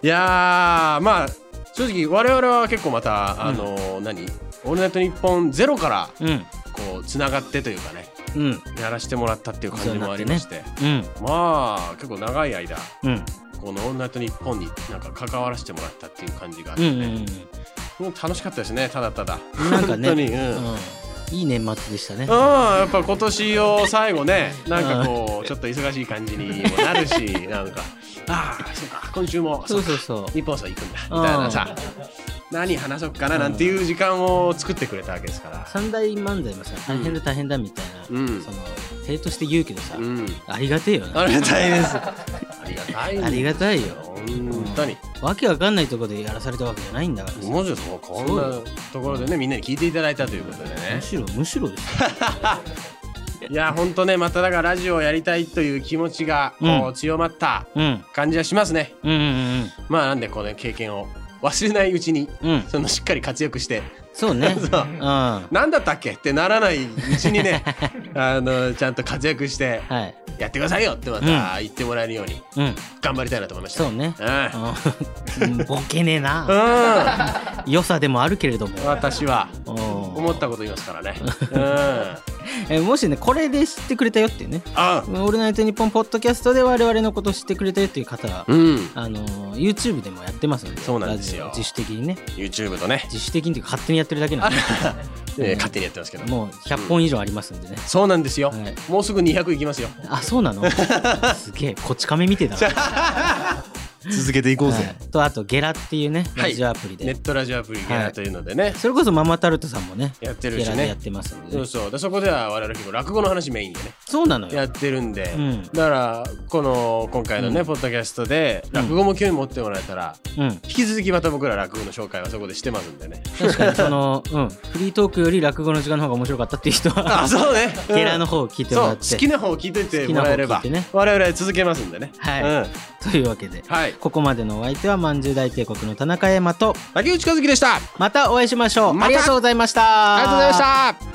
Speaker 2: いやー、まあ、正直我々は結構また、あのー何オールナイトニッポンゼロから、
Speaker 1: うん
Speaker 2: こう、つながってというかね、
Speaker 1: うん
Speaker 2: やらしてもらったっていう感じもありまして、
Speaker 1: うん
Speaker 2: まあ、結構長い間、
Speaker 1: うん
Speaker 2: この「オールナイトニッポン」になんか関わらせてもらったっていう感じがあっ
Speaker 1: う
Speaker 2: て、
Speaker 1: んうん
Speaker 2: もう楽しかったですねただただ
Speaker 1: うんなんかね
Speaker 2: 本当に、う
Speaker 1: う
Speaker 2: ん
Speaker 1: んいい年末でしたね
Speaker 2: うんやっぱ今年を最後ねなんかこうちょっと忙しい感じにもなるしなんかああそうか今週もそうそうそう日本放送行くんだみたいなさ何話そうかななんていう時間を作ってくれたわけですから
Speaker 1: 三大漫才もさ大変だ大変だみたいな、その生として言うけどさ、ありがてえよな
Speaker 2: ありがたいです
Speaker 1: あ
Speaker 2: りがたいよ
Speaker 1: ありがたいよ
Speaker 2: 本当に
Speaker 1: わけわかんないところでやらされたわけじゃないんだから
Speaker 2: もちろんこんなところでねみんなに聞いていただいたということでねむ
Speaker 1: しろむしろです
Speaker 2: いや本当ねまただからラジオをやりたいという気持ちがこ
Speaker 1: うん
Speaker 2: う強まった
Speaker 1: うん
Speaker 2: 感じはしますね、
Speaker 1: うんうんうん
Speaker 2: まあなんでこの経験を忘れないうちに、そのしっかり活躍して
Speaker 1: そうね
Speaker 2: *laughs* そうなんだったっけってならないうち
Speaker 1: *laughs*
Speaker 2: にねあのちゃんと活躍して、やってくださいよってまた言ってもらえるように
Speaker 1: うん
Speaker 2: 頑張りたいなと思いました、
Speaker 1: そうね
Speaker 2: う *laughs*
Speaker 1: うんボケねえ
Speaker 2: な
Speaker 1: 良さでもあるけれども
Speaker 2: 私は
Speaker 1: うん
Speaker 2: 思ったこと言います
Speaker 1: *laughs*
Speaker 2: からね、うん
Speaker 1: えもしねこれで知ってくれたよっていうね「
Speaker 2: あ
Speaker 1: オールナイトニッポン」ポッドキャストで我々のことを知ってくれたよっていう方は、
Speaker 2: うん
Speaker 1: あのー YouTube でもやってますので
Speaker 2: そうなんですよ
Speaker 1: ラジオ自主的にね
Speaker 2: YouTube とね
Speaker 1: 自主的にっていうか勝手にやってるだけ
Speaker 2: *laughs*
Speaker 1: なんで、
Speaker 2: えー勝手にやってますけど
Speaker 1: もう100本以上ありますんでね、
Speaker 2: そうなんですよ、もうすぐ200いきますよ
Speaker 1: あそう
Speaker 2: *laughs*
Speaker 1: なのすげえこち亀みてえだな
Speaker 2: 続けていこうぜ
Speaker 1: とあとゲラっていうねラジオアプリで、
Speaker 2: ネットラジオアプリゲラというのでね、
Speaker 1: それこそママタルトさんもね
Speaker 2: やってる
Speaker 1: ゲ
Speaker 2: し
Speaker 1: ラ
Speaker 2: ね
Speaker 1: でやってますんで、
Speaker 2: そうそうでそこでは我々結構落語の話メインでね
Speaker 1: そうなのよ
Speaker 2: やってるんで、
Speaker 1: うん
Speaker 2: だからこの今回のね、
Speaker 1: うん
Speaker 2: ポッドキャストで落語も興味持ってもらえたら、
Speaker 1: うん
Speaker 2: 引き続きまた僕ら落語の紹介はそこでしてますん
Speaker 1: *laughs*
Speaker 2: でね
Speaker 1: 確かにその、うん、フリートークより落語の時間の方が面白かったっていう人は
Speaker 2: *laughs* あそうねうん
Speaker 1: ゲラの方を聞いてもらって
Speaker 2: そう好きな方を聞いてて
Speaker 1: 好きな
Speaker 2: も
Speaker 1: 方
Speaker 2: ら
Speaker 1: を
Speaker 2: えれ
Speaker 1: 聞い
Speaker 2: ば、
Speaker 1: てね
Speaker 2: 我々続けますんでね
Speaker 1: はい、
Speaker 2: うん
Speaker 1: というわけで、ここまでのお相手はまんじゅう大帝国の田中山と
Speaker 2: 竹内和樹でした
Speaker 1: またお会いしましょう、
Speaker 2: また
Speaker 1: ありがとうございました
Speaker 2: ありがとうございました